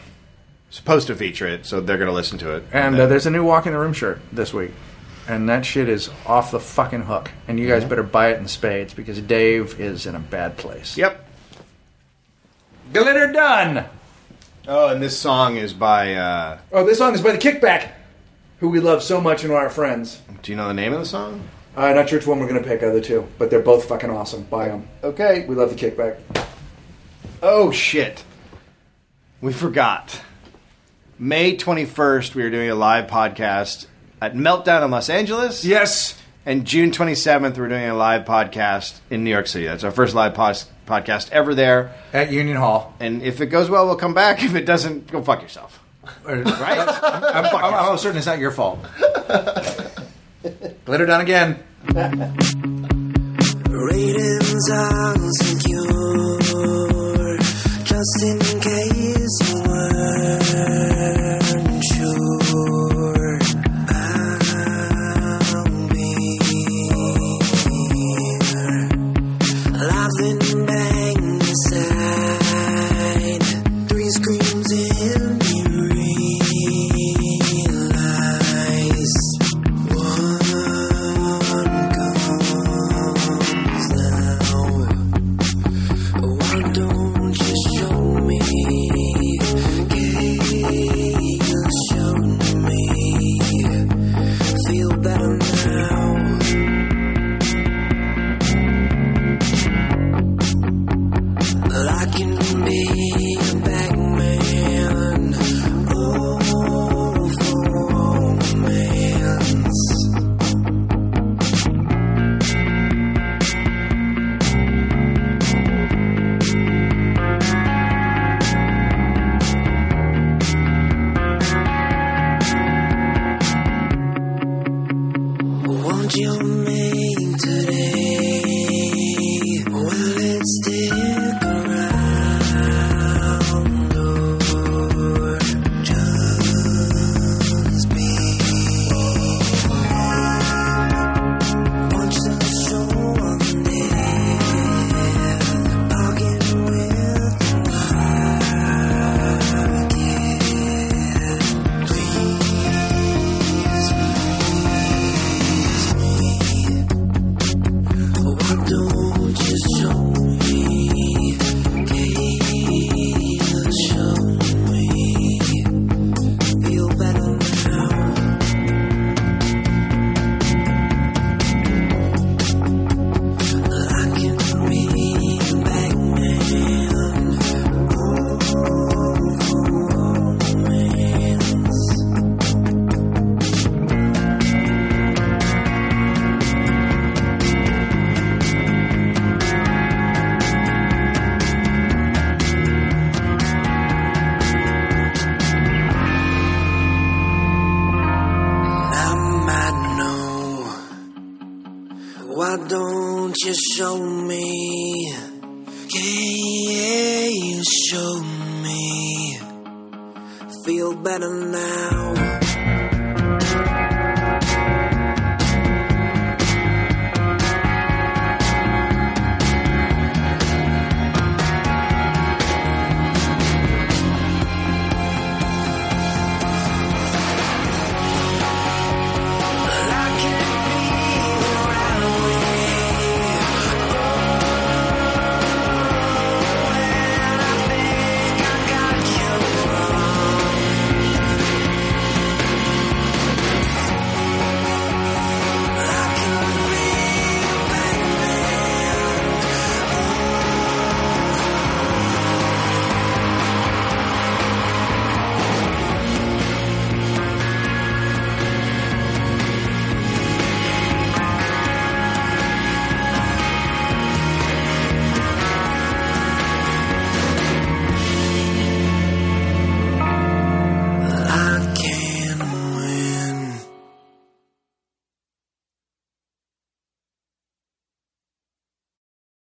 [SPEAKER 1] supposed to feature it, so they're going to listen to it.
[SPEAKER 2] And uh,
[SPEAKER 1] then-
[SPEAKER 2] there's a new walk in the room shirt this week, and that shit is off the fucking hook. And you guys better buy it in spades because Dave is in a bad place.
[SPEAKER 1] yep.
[SPEAKER 2] Glitter done.
[SPEAKER 1] Oh, and this song is by. Uh,
[SPEAKER 2] Oh, this song is by the Kickback, who we love so much and are our friends.
[SPEAKER 1] do you know the name of the song?
[SPEAKER 2] Uh, not sure which one we're gonna pick out of the two, but they're both fucking awesome. Buy them.
[SPEAKER 1] Okay.
[SPEAKER 2] We love the Kickback.
[SPEAKER 1] Oh shit. We forgot. May 21st, we are doing a live podcast at Meltdown in Los Angeles.
[SPEAKER 2] Yes.
[SPEAKER 1] And June 27th, we're doing a live podcast in New York City. That's our first live pos- podcast ever there.
[SPEAKER 2] At Union Hall.
[SPEAKER 1] And if it goes well, we'll come back. If it doesn't, go fuck yourself.
[SPEAKER 2] Right? I'm, Uh, I'm, I'm almost certain it's not your fault. Glitter done again.
[SPEAKER 4] Ratings are secure, just in case you weren't sure. I'll be here, laughing bang beside, three screams in you realize one comes. Why don't you show me? You've shown me. Feel better now. I can be a bad man or a romance. Won't you make today? Will it stick around or just be? Won't you show me there? I'll get with you. Please. Why don't you show me? Can show me? Feel better now. I can be a bad man or romance. I might know. Why don't you show me? Can show me. Feel better now.